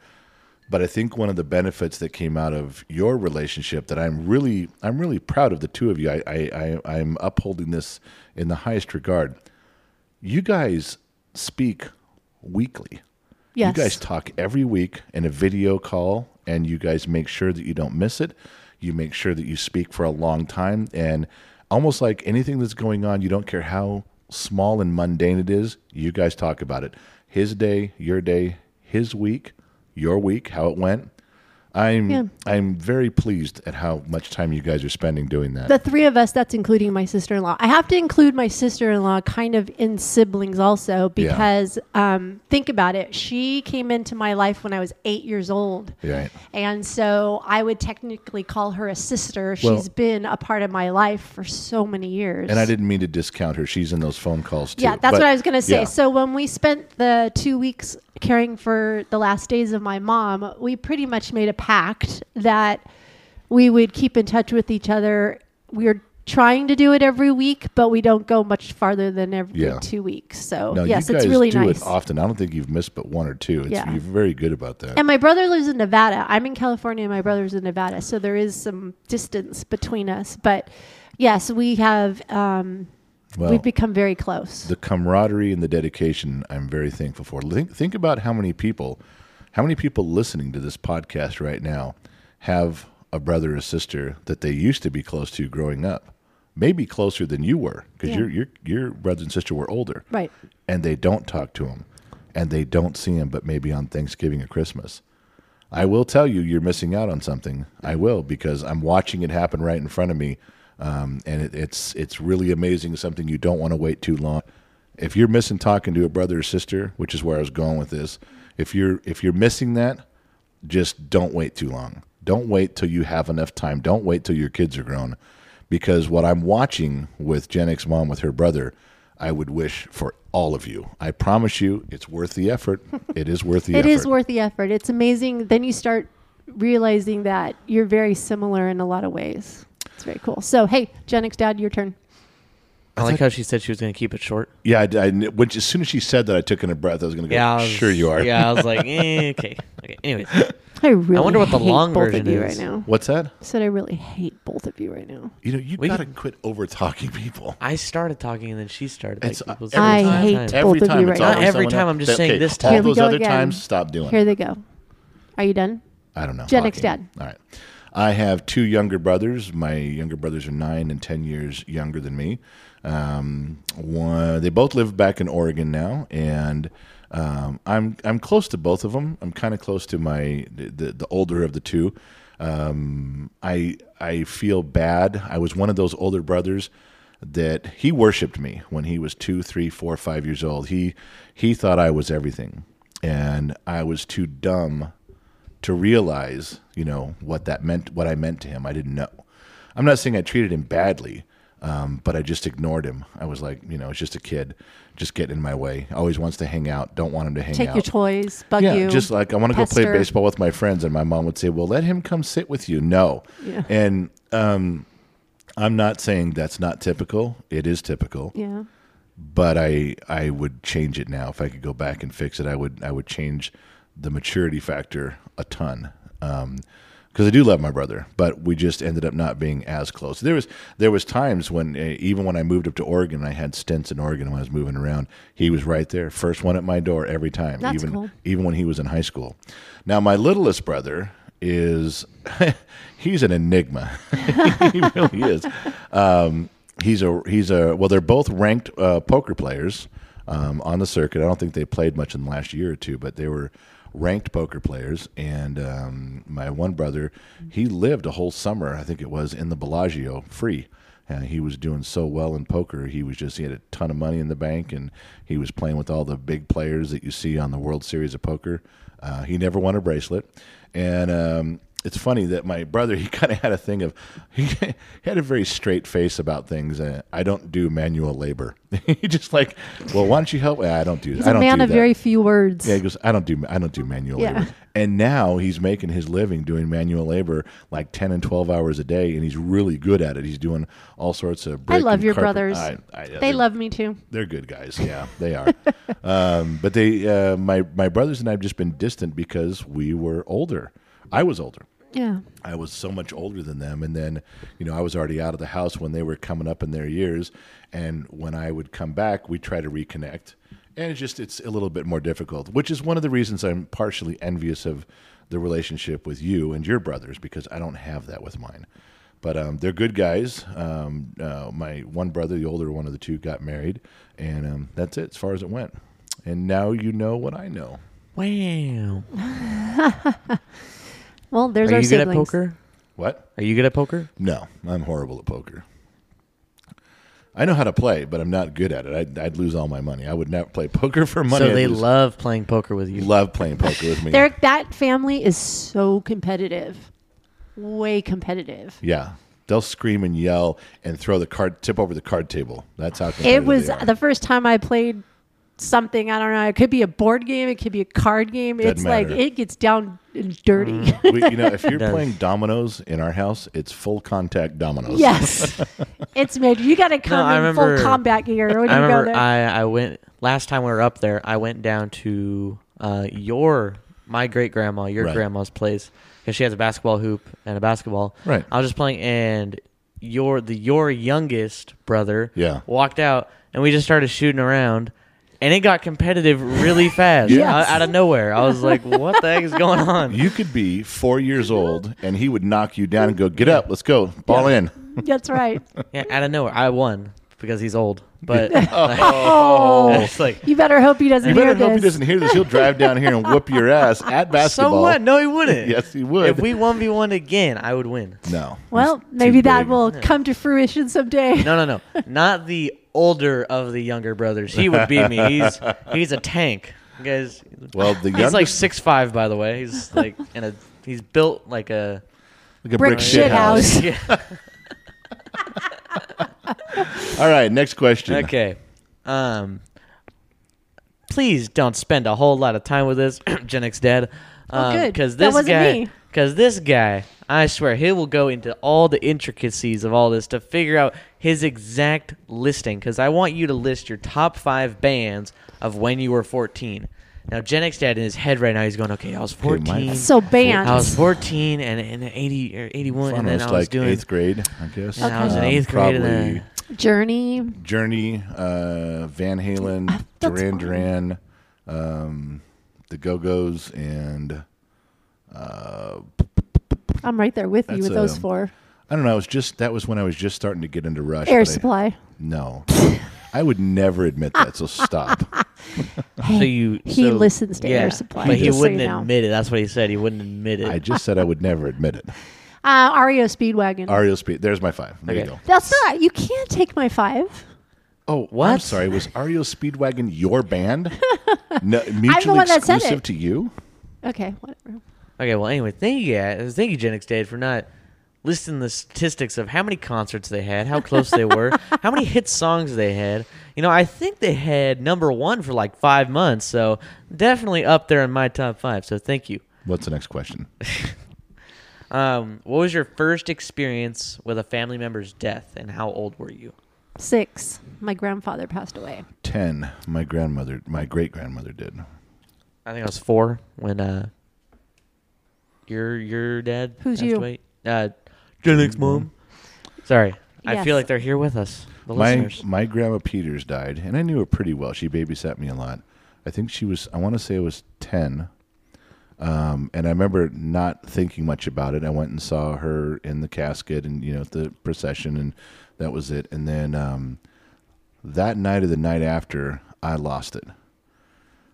Speaker 2: But I think one of the benefits that came out of your relationship that I'm really I'm really proud of the two of you. I, I, I I'm upholding this in the highest regard. You guys speak weekly.
Speaker 1: yes.
Speaker 2: You guys talk every week in a video call, and you guys make sure that you don't miss it. You make sure that you speak for a long time, and almost like anything that's going on, you don't care how small and mundane it is, you guys talk about it. His day, your day, his week, your week, how it went. I'm
Speaker 1: Yeah.
Speaker 2: I'm very pleased at how much time you guys are spending doing that.
Speaker 1: the three of us, that's including my sister in law. I have to include my sister in law kind of in siblings also because um, think about it. She came into my life when I was eight years old.
Speaker 2: Right.
Speaker 1: And so I would technically call her a sister.
Speaker 2: Well-
Speaker 1: She's been a part of my life for so many years.
Speaker 2: and I didn't mean to discount her. She's in those phone calls too.
Speaker 1: Yeah, that's
Speaker 2: But-
Speaker 1: what I was going to say.
Speaker 2: yeah.
Speaker 1: So when we spent the two weeks caring for the last days of my mom, we pretty much made a pact that we would keep in touch with each other. We are trying to do it every week, but we don't go much farther than every
Speaker 2: Yeah.
Speaker 1: two weeks. So
Speaker 2: No,
Speaker 1: yes,
Speaker 2: you guys
Speaker 1: it's really
Speaker 2: do
Speaker 1: nice.
Speaker 2: it often. I don't think you've missed but one or two. It's,
Speaker 1: Yeah.
Speaker 2: You're very good about that.
Speaker 1: And my brother lives in Nevada. I'm in California and my brother's in Nevada. So there is some distance between us. But yes, we have um,
Speaker 2: Well,
Speaker 1: we've become very close.
Speaker 2: the camaraderie and the dedication, I'm very thankful for. Think, think about how many people, how many people listening to this podcast right now have a brother or sister that they used to be close to growing up, maybe closer than you were because
Speaker 1: Yeah.
Speaker 2: your your your brothers and sister were older,
Speaker 1: Right.
Speaker 2: And they don't talk to them, and they don't see them, but maybe on Thanksgiving or Christmas. I will tell you, you're missing out on something. I will because I'm watching it happen right in front of me, um, and it, it's it's really amazing. Something you don't want to wait too long. If you're missing talking to a brother or sister, which is where I was going with this, if you're if you're missing that, just don't wait too long. Don't wait till you have enough time. Don't wait till your kids are grown, because what I'm watching with Gen X mom with her brother, I would wish for all of you. I promise you, it's worth the effort. It is worth the
Speaker 1: It
Speaker 2: effort.
Speaker 1: is worth the effort. It's amazing. Then you start realizing that you're very similar in a lot of ways. It's very cool. So, hey, Gen X Dad, your turn.
Speaker 4: I like how she said she was going to keep it short.
Speaker 2: Yeah, I, I kn- when, as soon as she said that, I took in a breath. I was going to go,
Speaker 4: Yeah, I was-
Speaker 2: sure you are.
Speaker 4: Yeah, I was like, eh, okay, okay. Anyways,
Speaker 1: I really
Speaker 4: wonder what the
Speaker 1: hate
Speaker 4: long
Speaker 1: both
Speaker 4: version
Speaker 1: of you
Speaker 4: is.
Speaker 1: right now.
Speaker 2: What's that?
Speaker 1: I said I really hate both of you right now.
Speaker 2: You know, you
Speaker 4: We
Speaker 2: got to
Speaker 4: can-
Speaker 2: quit over talking people.
Speaker 4: I started talking and then she started.
Speaker 2: It's, uh,
Speaker 4: like, it was
Speaker 2: every
Speaker 1: I
Speaker 4: the
Speaker 2: time.
Speaker 4: same
Speaker 1: hate
Speaker 4: time.
Speaker 1: both
Speaker 2: Every
Speaker 1: of
Speaker 2: time
Speaker 1: you
Speaker 2: it's
Speaker 1: right now.
Speaker 2: always
Speaker 4: Not every
Speaker 2: someone
Speaker 4: time,
Speaker 2: else.
Speaker 4: I'm just
Speaker 2: Th-
Speaker 4: saying
Speaker 2: okay,
Speaker 4: this
Speaker 2: All
Speaker 4: time.
Speaker 1: Here we
Speaker 2: those
Speaker 1: go
Speaker 2: other
Speaker 1: again.
Speaker 2: times, stop doing
Speaker 1: Here
Speaker 2: it.
Speaker 1: they go. Are you done?
Speaker 2: I don't know.
Speaker 1: Gen X
Speaker 2: talking. All right. I have two younger brothers. My younger brothers are nine and ten years younger than me. Um, one, they both live back in Oregon now, and um, I'm I'm close to both of them. I'm kind of close to my the, the, the older of the two. Um, I I feel bad. I was one of those older brothers that he worshipped me when he was two, three, four, five years old. He he thought I was everything, and I was too dumb to realize, you know, what that meant, what I meant to him. I didn't know. I'm not saying I treated him badly, um, but I just ignored him. I was like, you know, it's just a kid, just getting in my way. Always wants to hang out. Don't want him to hang
Speaker 1: Take
Speaker 2: out.
Speaker 1: your toys, bug
Speaker 2: yeah,
Speaker 1: you.
Speaker 2: just like I want to go play
Speaker 1: pester.
Speaker 2: baseball with my friends, and my mom would say, "Well, let him come sit with you." No,
Speaker 1: Yeah.
Speaker 2: and um, I'm not saying that's not typical. It is typical
Speaker 1: yeah.
Speaker 2: but I I would change it now if I could go back and fix it. I would I would change the maturity factor a ton because I do love my brother, but we just ended up not being as close. There was there was times when uh, even when I moved up to Oregon, I had stints in Oregon when I was moving around. He was right there, first one at my door every time,
Speaker 1: That's
Speaker 2: even
Speaker 1: cool.
Speaker 2: even when he was in high school. Now my littlest brother is he's an enigma. he really is. Um, he's a he's a well. They're both ranked uh, poker players um, on the circuit. I don't think they played much in the last year or two, but they were ranked poker players. And um, my one brother, he lived a whole summer. I think it was in the Bellagio free. Uh, he was doing so well in poker. He was just he had a ton of money in the bank, and he was playing with all the big players that you see on the World Series of Poker. Uh, he never won a bracelet, and um, it's funny that my brother he kind of had a thing of he had a very straight face about things. Uh, I don't do manual labor. he just like, well, why don't you help? "Ah, I don't do.
Speaker 1: He's a
Speaker 2: I don't
Speaker 1: man
Speaker 2: do
Speaker 1: of
Speaker 2: that."
Speaker 1: very few words.
Speaker 2: Yeah, he goes, I don't do I don't do manual
Speaker 1: Yeah.
Speaker 2: labor. And now he's making his living doing manual labor like ten and twelve hours a day, and he's really good at it. He's doing all sorts of.
Speaker 1: I love
Speaker 2: breaking
Speaker 1: your
Speaker 2: carpet-
Speaker 1: brothers.
Speaker 2: I- I- yeah,
Speaker 1: they
Speaker 2: they're-
Speaker 1: love me too.
Speaker 2: They're good guys. Yeah, they are. um, but they, uh, my my brothers and I have just been distant because we were older. I was older.
Speaker 1: Yeah.
Speaker 2: I was so much older than them. And then, you know, I was already out of the house when they were coming up in their years. And when I would come back, we try to reconnect. And it's just, it's a little bit more difficult, which is one of the reasons I'm partially envious of the relationship with you and your brothers because I don't have that with mine. But um, they're good guys. Um, uh, my one brother, the older one of the two, got married. And um, that's it as far as it went. And now you know what I know.
Speaker 4: Wow.
Speaker 1: Well, there's
Speaker 4: Are
Speaker 1: our
Speaker 4: you good at
Speaker 1: siblings.
Speaker 4: poker?
Speaker 2: What?
Speaker 4: Are you good at poker?
Speaker 2: No, I'm horrible at poker. I know how to play, but I'm not good at it. I'd, I'd lose all my money. I would never play poker for money.
Speaker 4: so
Speaker 2: I'd
Speaker 4: they
Speaker 2: lose-
Speaker 4: love playing poker with you.
Speaker 2: love playing poker with me.
Speaker 1: Derek, that family is so competitive. Way competitive.
Speaker 2: yeah, they'll scream and yell and throw the card, tip over the card table. That's how
Speaker 1: It
Speaker 2: competitive
Speaker 1: was
Speaker 2: they are.
Speaker 1: the first time I played something. I don't know. It could be a board game. It could be a card game.
Speaker 2: Doesn't
Speaker 1: it's like
Speaker 2: matter. Mm.
Speaker 1: it gets down and dirty.
Speaker 2: we, you know, if you're
Speaker 4: does.
Speaker 2: playing dominoes in our house, it's full contact dominoes.
Speaker 1: yes, it's major. You got to come
Speaker 4: I
Speaker 1: in
Speaker 4: remember-
Speaker 1: full combat gear when
Speaker 4: I
Speaker 1: you go
Speaker 4: remember
Speaker 1: there.
Speaker 4: I, I went last time we were up there. I went down to uh, your my great grandma, your
Speaker 2: Right.
Speaker 4: grandma's place because she has a basketball hoop and a basketball.
Speaker 2: Right.
Speaker 4: I was just playing, and your the your youngest brother
Speaker 2: Yeah.
Speaker 4: walked out, and we just started shooting around. And it got competitive really fast uh,
Speaker 1: Yes.
Speaker 4: out, out of nowhere. I was like, "What the heck is going on?"
Speaker 2: You could be four years old and he would knock you down and go, "Get up, let's go, ball in."
Speaker 1: That's right.
Speaker 4: yeah, out of nowhere, I won because he's old. But
Speaker 1: Oh,
Speaker 4: it's like,
Speaker 1: you better hope he doesn't
Speaker 2: You
Speaker 1: hear
Speaker 2: better
Speaker 1: this.
Speaker 2: hope he doesn't hear this. He'll drive down here and whoop your ass at
Speaker 4: so
Speaker 2: basketball.
Speaker 4: what? No, he wouldn't.
Speaker 2: Yes, he would.
Speaker 4: If we one v one again, I would win.
Speaker 2: No.
Speaker 1: Well,
Speaker 2: He's
Speaker 1: maybe
Speaker 2: too
Speaker 1: that
Speaker 2: big.
Speaker 1: will come to fruition someday.
Speaker 4: No, no, no. Not the older of the younger brothers. He would beat me. He's he's a tank. You guys,
Speaker 2: Well, the
Speaker 4: he's like
Speaker 2: youngest,
Speaker 4: six five, by the way. He's like in a he's built like a
Speaker 2: like a
Speaker 1: brick shit house.
Speaker 4: yeah.
Speaker 2: All right, next question.
Speaker 4: okay. Um, please don't spend a whole lot of time with this. Gen X dad. Um,
Speaker 1: Oh, good.
Speaker 4: Because
Speaker 1: That
Speaker 4: this
Speaker 1: wasn't
Speaker 4: guy,
Speaker 1: me.
Speaker 4: because this guy, I swear, he will go into all the intricacies of all this to figure out his exact listing. Because I want you to list your top five bands of when you were 14. Now, Gen X dad in his head right now, he's going, okay, I was
Speaker 2: my-
Speaker 4: 14.
Speaker 1: So bands.
Speaker 4: I was 14 and, and 80 or 81, and then I
Speaker 2: Almost
Speaker 4: was
Speaker 2: like
Speaker 4: doing.
Speaker 2: eighth grade, I guess.
Speaker 4: And I was in
Speaker 2: Um,
Speaker 4: eighth grade. and
Speaker 2: Probably
Speaker 4: then-
Speaker 1: Journey.
Speaker 2: Journey, uh, Van Halen,
Speaker 1: Ah, that's
Speaker 2: Duran
Speaker 1: fine.
Speaker 2: Duran, um, the Go Go's, and uh,
Speaker 1: I'm right there with you
Speaker 2: That's
Speaker 1: with those
Speaker 2: a-
Speaker 1: four.
Speaker 2: I don't know. I was just that was when I was just starting to get into Rush.
Speaker 1: Air
Speaker 2: but I-
Speaker 1: Supply.
Speaker 2: no, I would never admit that. So stop.
Speaker 4: So you
Speaker 1: He
Speaker 4: so-
Speaker 1: listens to Air Supply,
Speaker 4: but he
Speaker 1: just so
Speaker 4: wouldn't
Speaker 1: you know.
Speaker 4: admit it. That's what he said. He wouldn't admit it.
Speaker 2: I just said I would never admit it.
Speaker 1: Uh, REO Speedwagon.
Speaker 2: Ario Speed. There's my five. There you
Speaker 4: Okay.
Speaker 2: go.
Speaker 1: That's not. You can't take my five.
Speaker 2: Oh, I'm
Speaker 4: What?
Speaker 2: sorry. Was Ario Speedwagon your band? No, mutually
Speaker 1: one that said
Speaker 2: exclusive
Speaker 1: it.
Speaker 2: to you?
Speaker 1: Okay, whatever.
Speaker 4: okay. Well, anyway, thank you guys. Thank you, Genix Dad, for not listing the statistics of how many concerts they had, how close they were, how many hit songs they had. You know, I think they had number one for like five months, so definitely up there in my top five. So thank you.
Speaker 2: What's the next question?
Speaker 4: Um, what was your first experience with a family member's death, and how old were you?
Speaker 1: Six. My grandfather passed away.
Speaker 2: Ten. My grandmother, my great grandmother did.
Speaker 4: I think I was four when uh your your dad.
Speaker 1: Who's
Speaker 4: passed
Speaker 1: you?
Speaker 4: Away. Uh, Jennick's mom. Sorry, I feel
Speaker 1: Yes.
Speaker 4: like they're here with us, the
Speaker 2: Mm-hmm. My
Speaker 4: listeners.
Speaker 2: my grandma Peters died, and I knew her pretty well. She babysat me a lot. I think she was. I want to say I was ten. Um, and I remember not thinking much about it. I went and saw her in the casket, and you know the procession, and that was it. And then um, that night or the night after, I lost it.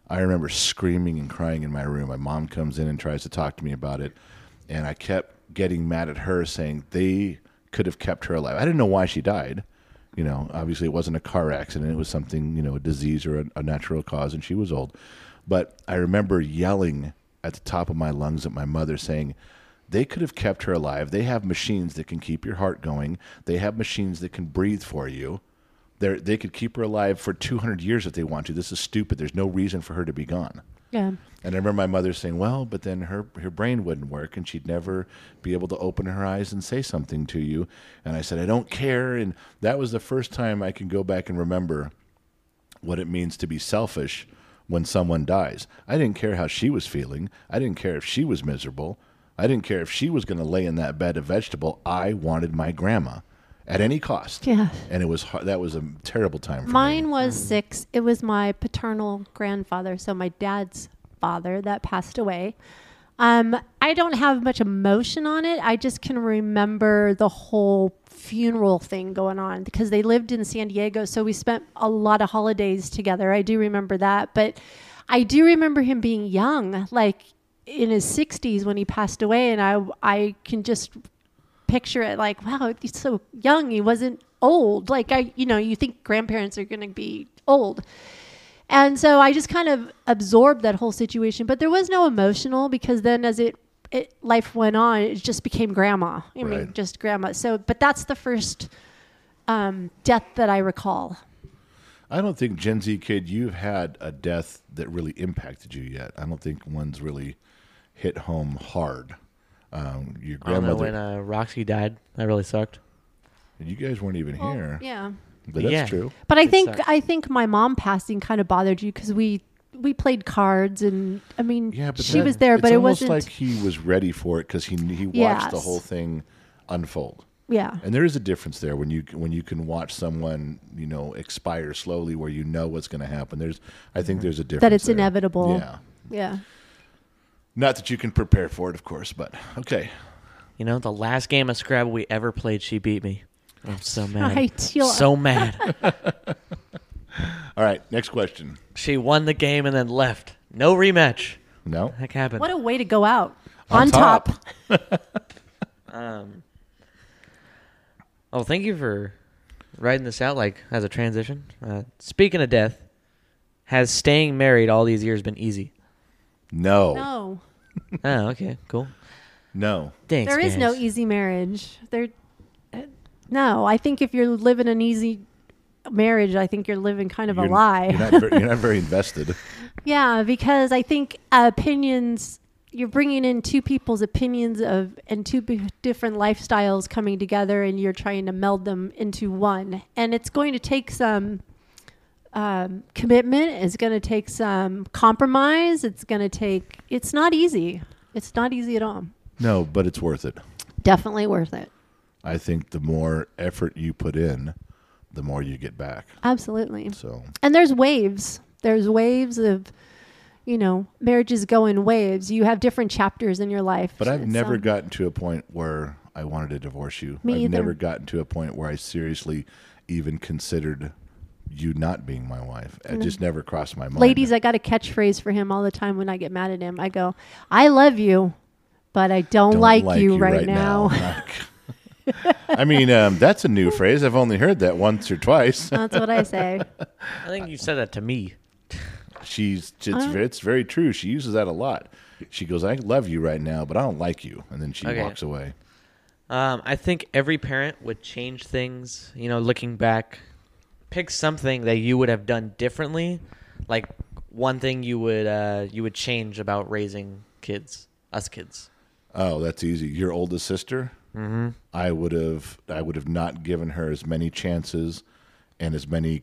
Speaker 2: I remember screaming and crying in my room. My mom comes in and tries to talk to me about it, and I kept getting mad at her, saying they could have kept her alive. I didn't know why she died. You know, obviously it wasn't a car accident; it was something, you know, a disease or a, a natural cause, and she was old. But I remember yelling at the top of my lungs at my mother, saying, They could have kept her alive. They have machines that can keep your heart going. They have machines that can breathe for you. They they could keep her alive for 200 years if they want to. This is stupid. There's no reason for her to be gone.
Speaker 1: Yeah.
Speaker 2: And I remember my mother saying, "Well, but then her her brain wouldn't work, and she'd never be able to open her eyes and say something to you." And I said, "I don't care." And that was the first time I can go back and remember what it means to be selfish when someone dies. I didn't care how she was feeling. I didn't care if she was miserable. I didn't care if she was going to lay in that bed of vegetable. I wanted my grandma at any cost.
Speaker 1: Yeah.
Speaker 2: And it was har that was a terrible time for me.
Speaker 1: Mine was six. It was my paternal grandfather, so my dad's father that passed away. Um, I don't have much emotion on it. I just can remember the whole funeral thing going on because they lived in San Diego, so we spent a lot of holidays together. I do remember that, but I do remember him being young, like in his 60s when he passed away, and I I can just picture it like, wow, he's so young. He wasn't old. Like I, you know, you think grandparents are going to be old. And so I just kind of absorbed that whole situation, but there was no emotional because then as it, it life went on, it just became grandma. I mean,
Speaker 2: Right.
Speaker 1: just grandma. So, but that's the first um, death that I recall.
Speaker 2: I don't think Gen Z kid, you've had a death that really impacted you yet. I don't think one's really hit home hard. Um, your
Speaker 4: I don't know
Speaker 2: grandmother,
Speaker 4: when uh, Roxy died. That really sucked.
Speaker 2: you guys weren't even here,
Speaker 1: Yeah.
Speaker 2: but that's
Speaker 4: Yeah.
Speaker 2: true.
Speaker 1: But I
Speaker 4: It
Speaker 1: think
Speaker 4: sucked.
Speaker 1: I think my mom passing kind of bothered you because we we played cards and I mean
Speaker 2: Yeah, but
Speaker 1: she
Speaker 2: that-
Speaker 1: was there,
Speaker 2: it's
Speaker 1: but it
Speaker 2: almost
Speaker 1: wasn't.
Speaker 2: like he was ready for it because he he watched the
Speaker 1: Yes.
Speaker 2: whole thing unfold.
Speaker 1: yeah,
Speaker 2: And there is a difference there when you when you can watch someone you know expire slowly, where you know what's going to happen. There's, I
Speaker 4: Mm-hmm.
Speaker 2: think there's a difference
Speaker 1: that it's
Speaker 2: there.
Speaker 1: inevitable.
Speaker 2: Yeah,
Speaker 1: Yeah.
Speaker 2: not that you can prepare for it, of course, but okay.
Speaker 4: You know, the last game of Scrabble we ever played, she beat me. I'm so mad.
Speaker 1: I feel-
Speaker 4: so mad.
Speaker 2: All right, next question.
Speaker 4: she won the game and then left. No rematch.
Speaker 2: No,
Speaker 4: Heck happened.
Speaker 1: What a way to go out.
Speaker 2: On
Speaker 1: On,
Speaker 2: top.
Speaker 1: top.
Speaker 4: oh, thank you for writing this out like as a transition. Uh, speaking of death, has staying married all these years been easy?
Speaker 2: no,
Speaker 1: No.
Speaker 4: oh, okay, cool.
Speaker 2: No.
Speaker 4: Thanks.
Speaker 1: There is no e-
Speaker 4: guys.
Speaker 1: easy marriage. There uh, No, I think if you're living an easy marriage, I think you're living kind of a
Speaker 2: You're-
Speaker 1: lie.
Speaker 2: You're not, very, you're not very invested.
Speaker 1: yeah, because I think opinions you're bringing in two people's opinions of and two b- different lifestyles coming together and you're trying to meld them into one. And it's going to take some um, commitment. It's going to take some compromise. It's going to take. It's not easy. It's not easy at all.
Speaker 2: No, but it's worth it.
Speaker 1: Definitely worth it.
Speaker 2: I think the more effort you put in, the more you get back.
Speaker 1: Absolutely.
Speaker 2: So
Speaker 1: And there's waves. There's waves of, you know, marriages go in waves. You have different chapters in your life.
Speaker 2: But I've
Speaker 1: It's,
Speaker 2: never
Speaker 1: um,
Speaker 2: gotten to a point where I wanted to divorce you.
Speaker 1: Me
Speaker 2: I've
Speaker 1: either.
Speaker 2: never gotten to a point where I seriously even considered you not being my wife. It just never crossed my mind.
Speaker 1: Ladies, I got a catchphrase for him all the time when I get mad at him. I go, "I love you, but I don't,
Speaker 2: Don't
Speaker 1: like, you, right, now."
Speaker 2: I mean, um, that's a new phrase. I've only heard that once or twice.
Speaker 1: That's what I say.
Speaker 4: I think you said that to me.
Speaker 2: She's it's, ve- it's very true. She uses that a lot. She goes, "I love you right now, but I don't like you," and then she
Speaker 4: Okay.
Speaker 2: walks away.
Speaker 4: Um, I think every parent would change things. You know, looking back, pick something that you would have done differently, like one thing you would uh, you would change about raising kids, us kids.
Speaker 2: Oh, that's easy. Your oldest sister. Mm-hmm. I would have. I would have not given her as many chances, and as many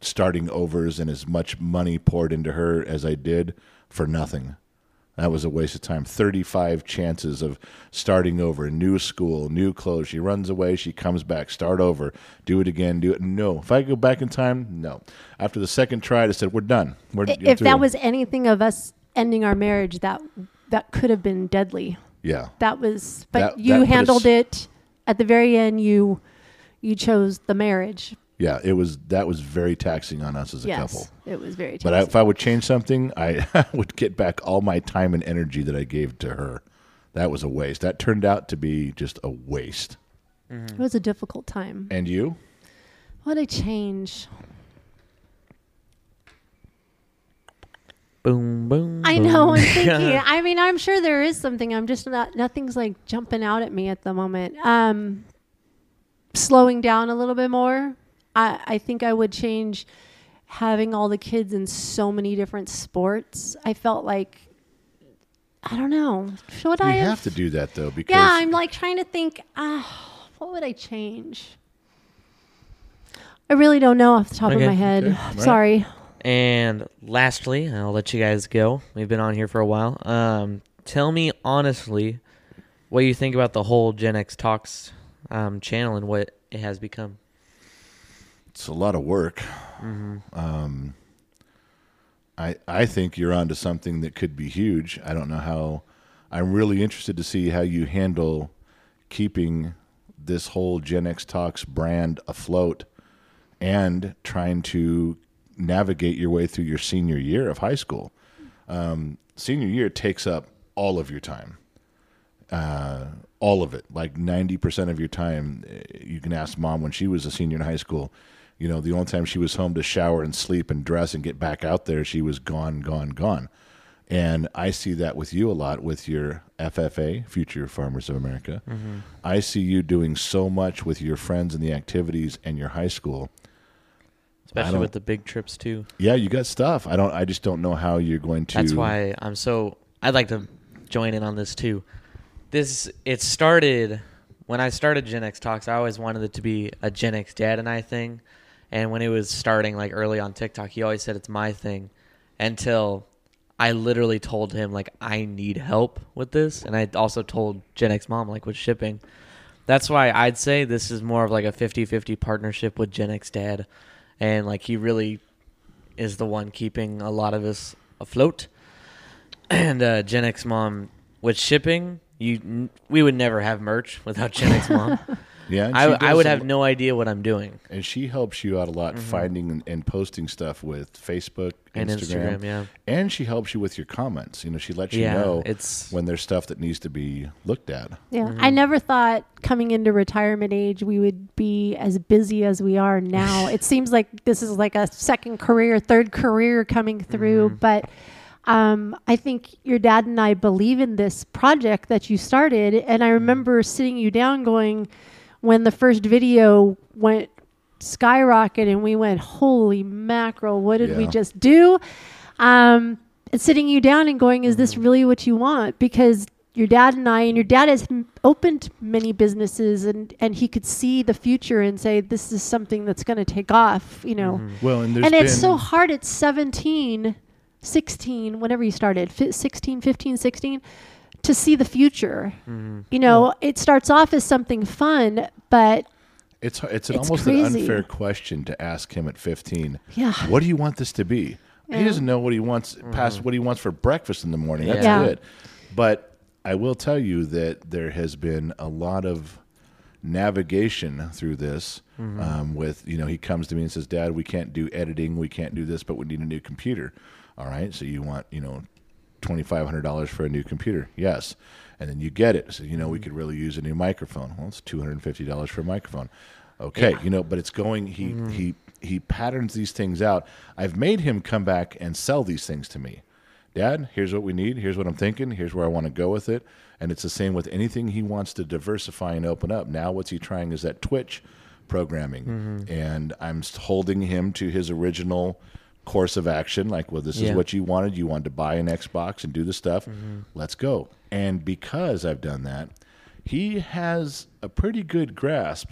Speaker 2: starting overs, and as much money poured into her as I did for nothing. That was a waste of time. Thirty-five chances of starting over, new school, new clothes. She runs away. She comes back. Start over. Do it again. Do it. No. If I go back in time, no. After the second try, I said, "We're done." We're
Speaker 1: I-
Speaker 2: you're
Speaker 1: if that
Speaker 2: through."
Speaker 1: was anything of us ending our marriage, that that could have been deadly.
Speaker 2: yeah,
Speaker 1: That was, but
Speaker 2: That- that
Speaker 1: you
Speaker 2: put us-
Speaker 1: handled it at the very end. You you chose the marriage.
Speaker 2: yeah, it was. That was very taxing on us as a
Speaker 1: yes,
Speaker 2: couple.
Speaker 1: it was very.
Speaker 2: But I,
Speaker 1: But
Speaker 2: if I would change something, I, I would get back all my time and energy that I gave to her. That was a waste. That turned out to be just a waste.
Speaker 1: it was a difficult time.
Speaker 2: And you?
Speaker 1: What a change!
Speaker 4: boom, boom.
Speaker 1: I know.
Speaker 4: boom.
Speaker 1: I'm thinking. I mean, I'm sure there is something. I'm just not. Nothing's like jumping out at me at the moment. Um, slowing down a little bit more. I I think I would change having all the kids in so many different sports. I felt like I don't know. Should
Speaker 2: You
Speaker 1: I
Speaker 2: have to do that though because
Speaker 1: Yeah, I'm like trying to think. Ah, what would I change? I really don't know off the top
Speaker 4: Okay.
Speaker 1: of my head.
Speaker 2: Okay. All right.
Speaker 1: Sorry.
Speaker 4: And lastly, and I'll let you guys go. We've been on here for a while. Um, tell me honestly what you think about the whole Gen X Talks um, channel and what it has become.
Speaker 2: it's a lot of work. Um, I I think you're onto something that could be huge. I don't know how. I'm really interested to see how you handle keeping this whole Gen X Talks brand afloat and trying to navigate your way through your senior year of high school. Um, senior year takes up all of your time all of it like 90% of your time eh, you can ask mom when she was a senior in high school you know the only time she was home to shower and sleep and dress and get back out there she was gone gone gone and i see that with you a lot with your ffa future farmers of america
Speaker 4: Mm-hmm.
Speaker 2: i see you doing so much with your friends and the activities and your high school
Speaker 4: Especially
Speaker 2: don't-
Speaker 4: with the big trips too.
Speaker 2: yeah you got stuff i don't i just don't know how you're going to
Speaker 4: That's why I'm so. I'd like to join in on this too. This it started when I started Gen X Talks. I always wanted it to be a Gen X Dad and I thing, and when it was starting like early on TikTok, he always said it's my thing, until I literally told him like I need help with this, and I also told Gen X Mom like with shipping. That's why I'd say this is more of like a 50-50 partnership with Gen X Dad, and like he really is the one keeping a lot of us afloat. And uh, Gen X Mom with shipping, you we would never have merch without Gen X Mom.
Speaker 2: yeah and
Speaker 4: I,
Speaker 2: she
Speaker 4: I would
Speaker 2: does a-
Speaker 4: have no idea what I'm doing.
Speaker 2: and she helps you out a lot finding and, and posting stuff with Facebook
Speaker 4: Mm-hmm. And
Speaker 2: Instagram,
Speaker 4: Instagram, yeah.
Speaker 2: And she helps you with your comments. You know, she lets
Speaker 4: Yeah,
Speaker 2: you know
Speaker 4: it's-
Speaker 2: when there's stuff that needs to be looked at.
Speaker 1: Yeah, I never thought coming into retirement age we would be as busy as we are now. it seems like this is like a second career, third career coming through, but um, I think your dad and I believe in this project that you started, and I remember sitting you down going when the first video went skyrocket and we went, holy mackerel, what did we
Speaker 2: Yeah.
Speaker 1: just do? Um, and sitting you down and going, is this really what you want? Because your dad and I, and your dad has m- opened many businesses, and and he could see the future and say, this is something that's going to take off, you know.
Speaker 2: Well, and there's
Speaker 1: And it's so hard at 17, 16, whenever you started, fi- 16, 15, 16, to see the future. You know, it starts off as something fun, but
Speaker 2: it's it's an
Speaker 1: it's
Speaker 2: almost an
Speaker 1: crazy.
Speaker 2: unfair question to ask him at 15.
Speaker 1: Yeah.
Speaker 2: What do you want this to be? He
Speaker 1: Yeah.
Speaker 2: doesn't know what he wants
Speaker 4: Mm-hmm.
Speaker 2: past what he wants for breakfast in the morning. That's
Speaker 1: Yeah. Yeah.
Speaker 2: it. But I will tell you that there has been a lot of navigation through this um, with you know he comes to me and says dad we can't do editing we can't do this but we need a new computer all right so you want you know $2500 for a new computer yes and then you get it so you know we could really use a new microphone well it's $250 for a microphone okay you know but it's going he he he patterns these things out i've made him come back and sell these things to me Dad, here's what we need. Here's what I'm thinking. Here's where I want to go with it. And it's the same with anything he wants to diversify and open up. Now, what's he trying is that Twitch programming. And I'm s- holding him to his original course of action. Like, well, this
Speaker 4: Yeah.
Speaker 2: is what you wanted. You wanted to buy an Xbox and do the stuff. Let's go. And because I've done that, he has a pretty good grasp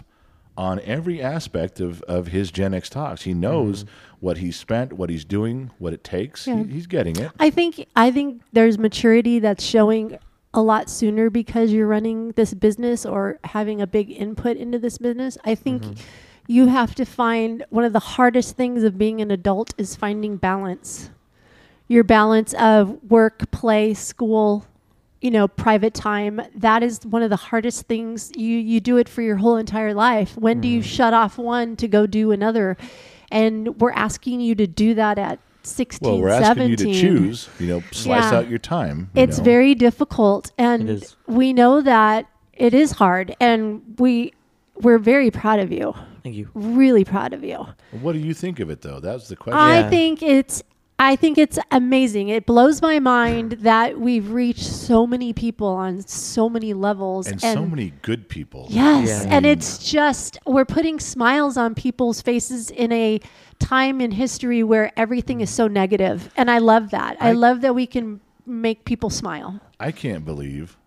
Speaker 2: on every aspect of, of his Gen X talks. He knows what he spent, what he's doing, what it takes. He-
Speaker 1: Yeah.
Speaker 2: he's getting it.
Speaker 1: I think I think there's maturity that's showing a lot sooner because you're running this business or having a big input into this business. I think you have to find one of the hardest things of being an adult is finding balance. Your balance of work, play, school, you know, private time. That is one of the hardest things. You you do it for your whole entire life. When do
Speaker 2: Mm.
Speaker 1: you shut off one to go do another? And we're asking you to do that at 16,
Speaker 2: Well, we're asking
Speaker 1: 17.
Speaker 2: you to choose. You know, slice
Speaker 1: Yeah.
Speaker 2: out your time. you
Speaker 1: It's
Speaker 2: know.
Speaker 1: very difficult, and
Speaker 4: is.
Speaker 1: we know that it is hard, and we we're very proud of you,
Speaker 4: Thank you.
Speaker 1: really proud of you.
Speaker 2: What do you think of it though? That's the question.
Speaker 1: I
Speaker 4: Yeah.
Speaker 1: think it's. I think it's amazing. It blows my mind that we've reached so many people on so many levels
Speaker 2: and, so many good people.
Speaker 1: Yes,
Speaker 4: Yeah.
Speaker 1: and it's just we're putting smiles on people's faces in a time in history where everything is so negative, and I love that. I,
Speaker 2: Mm. I-
Speaker 1: love that we can make people smile.
Speaker 2: I can't believe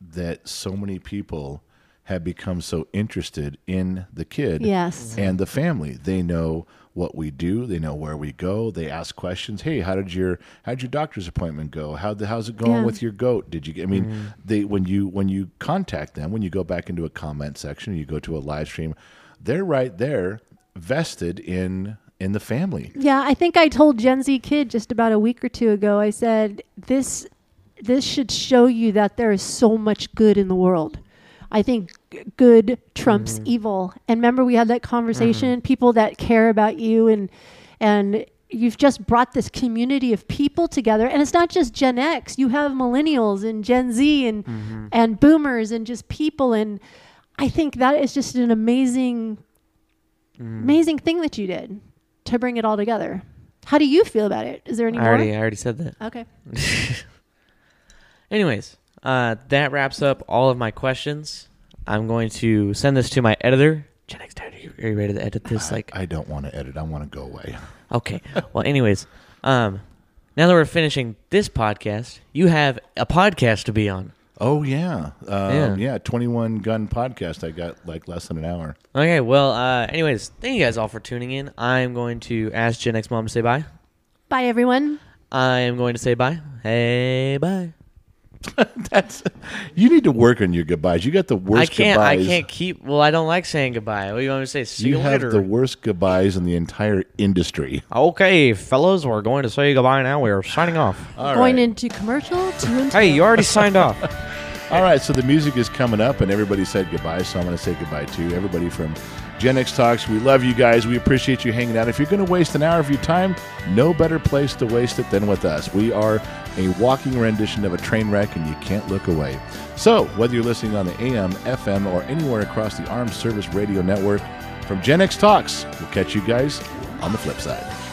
Speaker 2: that so many people have become so interested in the kid
Speaker 1: Yes.
Speaker 2: and the family. They know what we do, they know where we go, they ask questions. Hey, how did your how did your doctor's appointment go? How the how's it going
Speaker 1: Yeah.
Speaker 2: with your goat? Did you get I mean, they when you when you contact them, when you go back into a comment section, you go to a live stream, they're right there vested in in the family.
Speaker 1: Yeah, I think I told Gen Z kid just about a week or two ago. I said this this should show you that there is so much good in the world. I think g- good trumps evil. And remember we had that conversation, people that care about you and and you've just brought this community of people together and it's not just Gen X, you have millennials and Gen Z and and boomers and just people and I think that is just an amazing
Speaker 4: Mm-hmm.
Speaker 1: amazing thing that you did to bring it all together. How do you feel about it? Is there any
Speaker 4: I already,
Speaker 1: more?
Speaker 4: I already said that.
Speaker 1: Okay.
Speaker 4: Anyways, uh, that wraps up all of my questions. I'm going to send this to my editor. Gen X Dad, are you, are you ready to edit this? Like,
Speaker 2: I don't want to edit. I want to go away.
Speaker 4: okay. Well, anyways, um, now that we're finishing this podcast, you have a podcast to be on.
Speaker 2: Oh yeah, um,
Speaker 4: Yeah.
Speaker 2: yeah. Twenty-one gun podcast. I got like less than an hour.
Speaker 4: Okay. Well, uh, anyways, thank you guys all for tuning in. I'm going to ask Gen X Mom to say bye.
Speaker 1: Bye, everyone.
Speaker 4: I am going to say bye. Hey, bye.
Speaker 2: That's you need to work on your goodbyes. You got the worst.
Speaker 4: I can't.
Speaker 2: Goodbyes.
Speaker 4: I can't keep. Well, I don't like saying goodbye. What do you want me to say? See
Speaker 2: You
Speaker 4: you,
Speaker 2: have
Speaker 4: later.
Speaker 2: the worst goodbyes in the entire industry.
Speaker 4: okay, fellows, we're going to say goodbye now. We are signing off.
Speaker 2: All
Speaker 1: Going
Speaker 2: right.
Speaker 1: into commercial to into
Speaker 4: Hey, you already signed off.
Speaker 2: All right. So the music is coming up, and everybody said goodbye. So I'm going to say goodbye to everybody from Gen X Talks. We love you guys. We appreciate you hanging out. If you're going to waste an hour of your time, no better place to waste it than with us. We are a walking rendition of a train wreck, and you can't look away. So whether you're listening on the AM, FM, or anywhere across the Armed Service Radio Network, from Gen X Talks, we'll catch you guys on the flip side.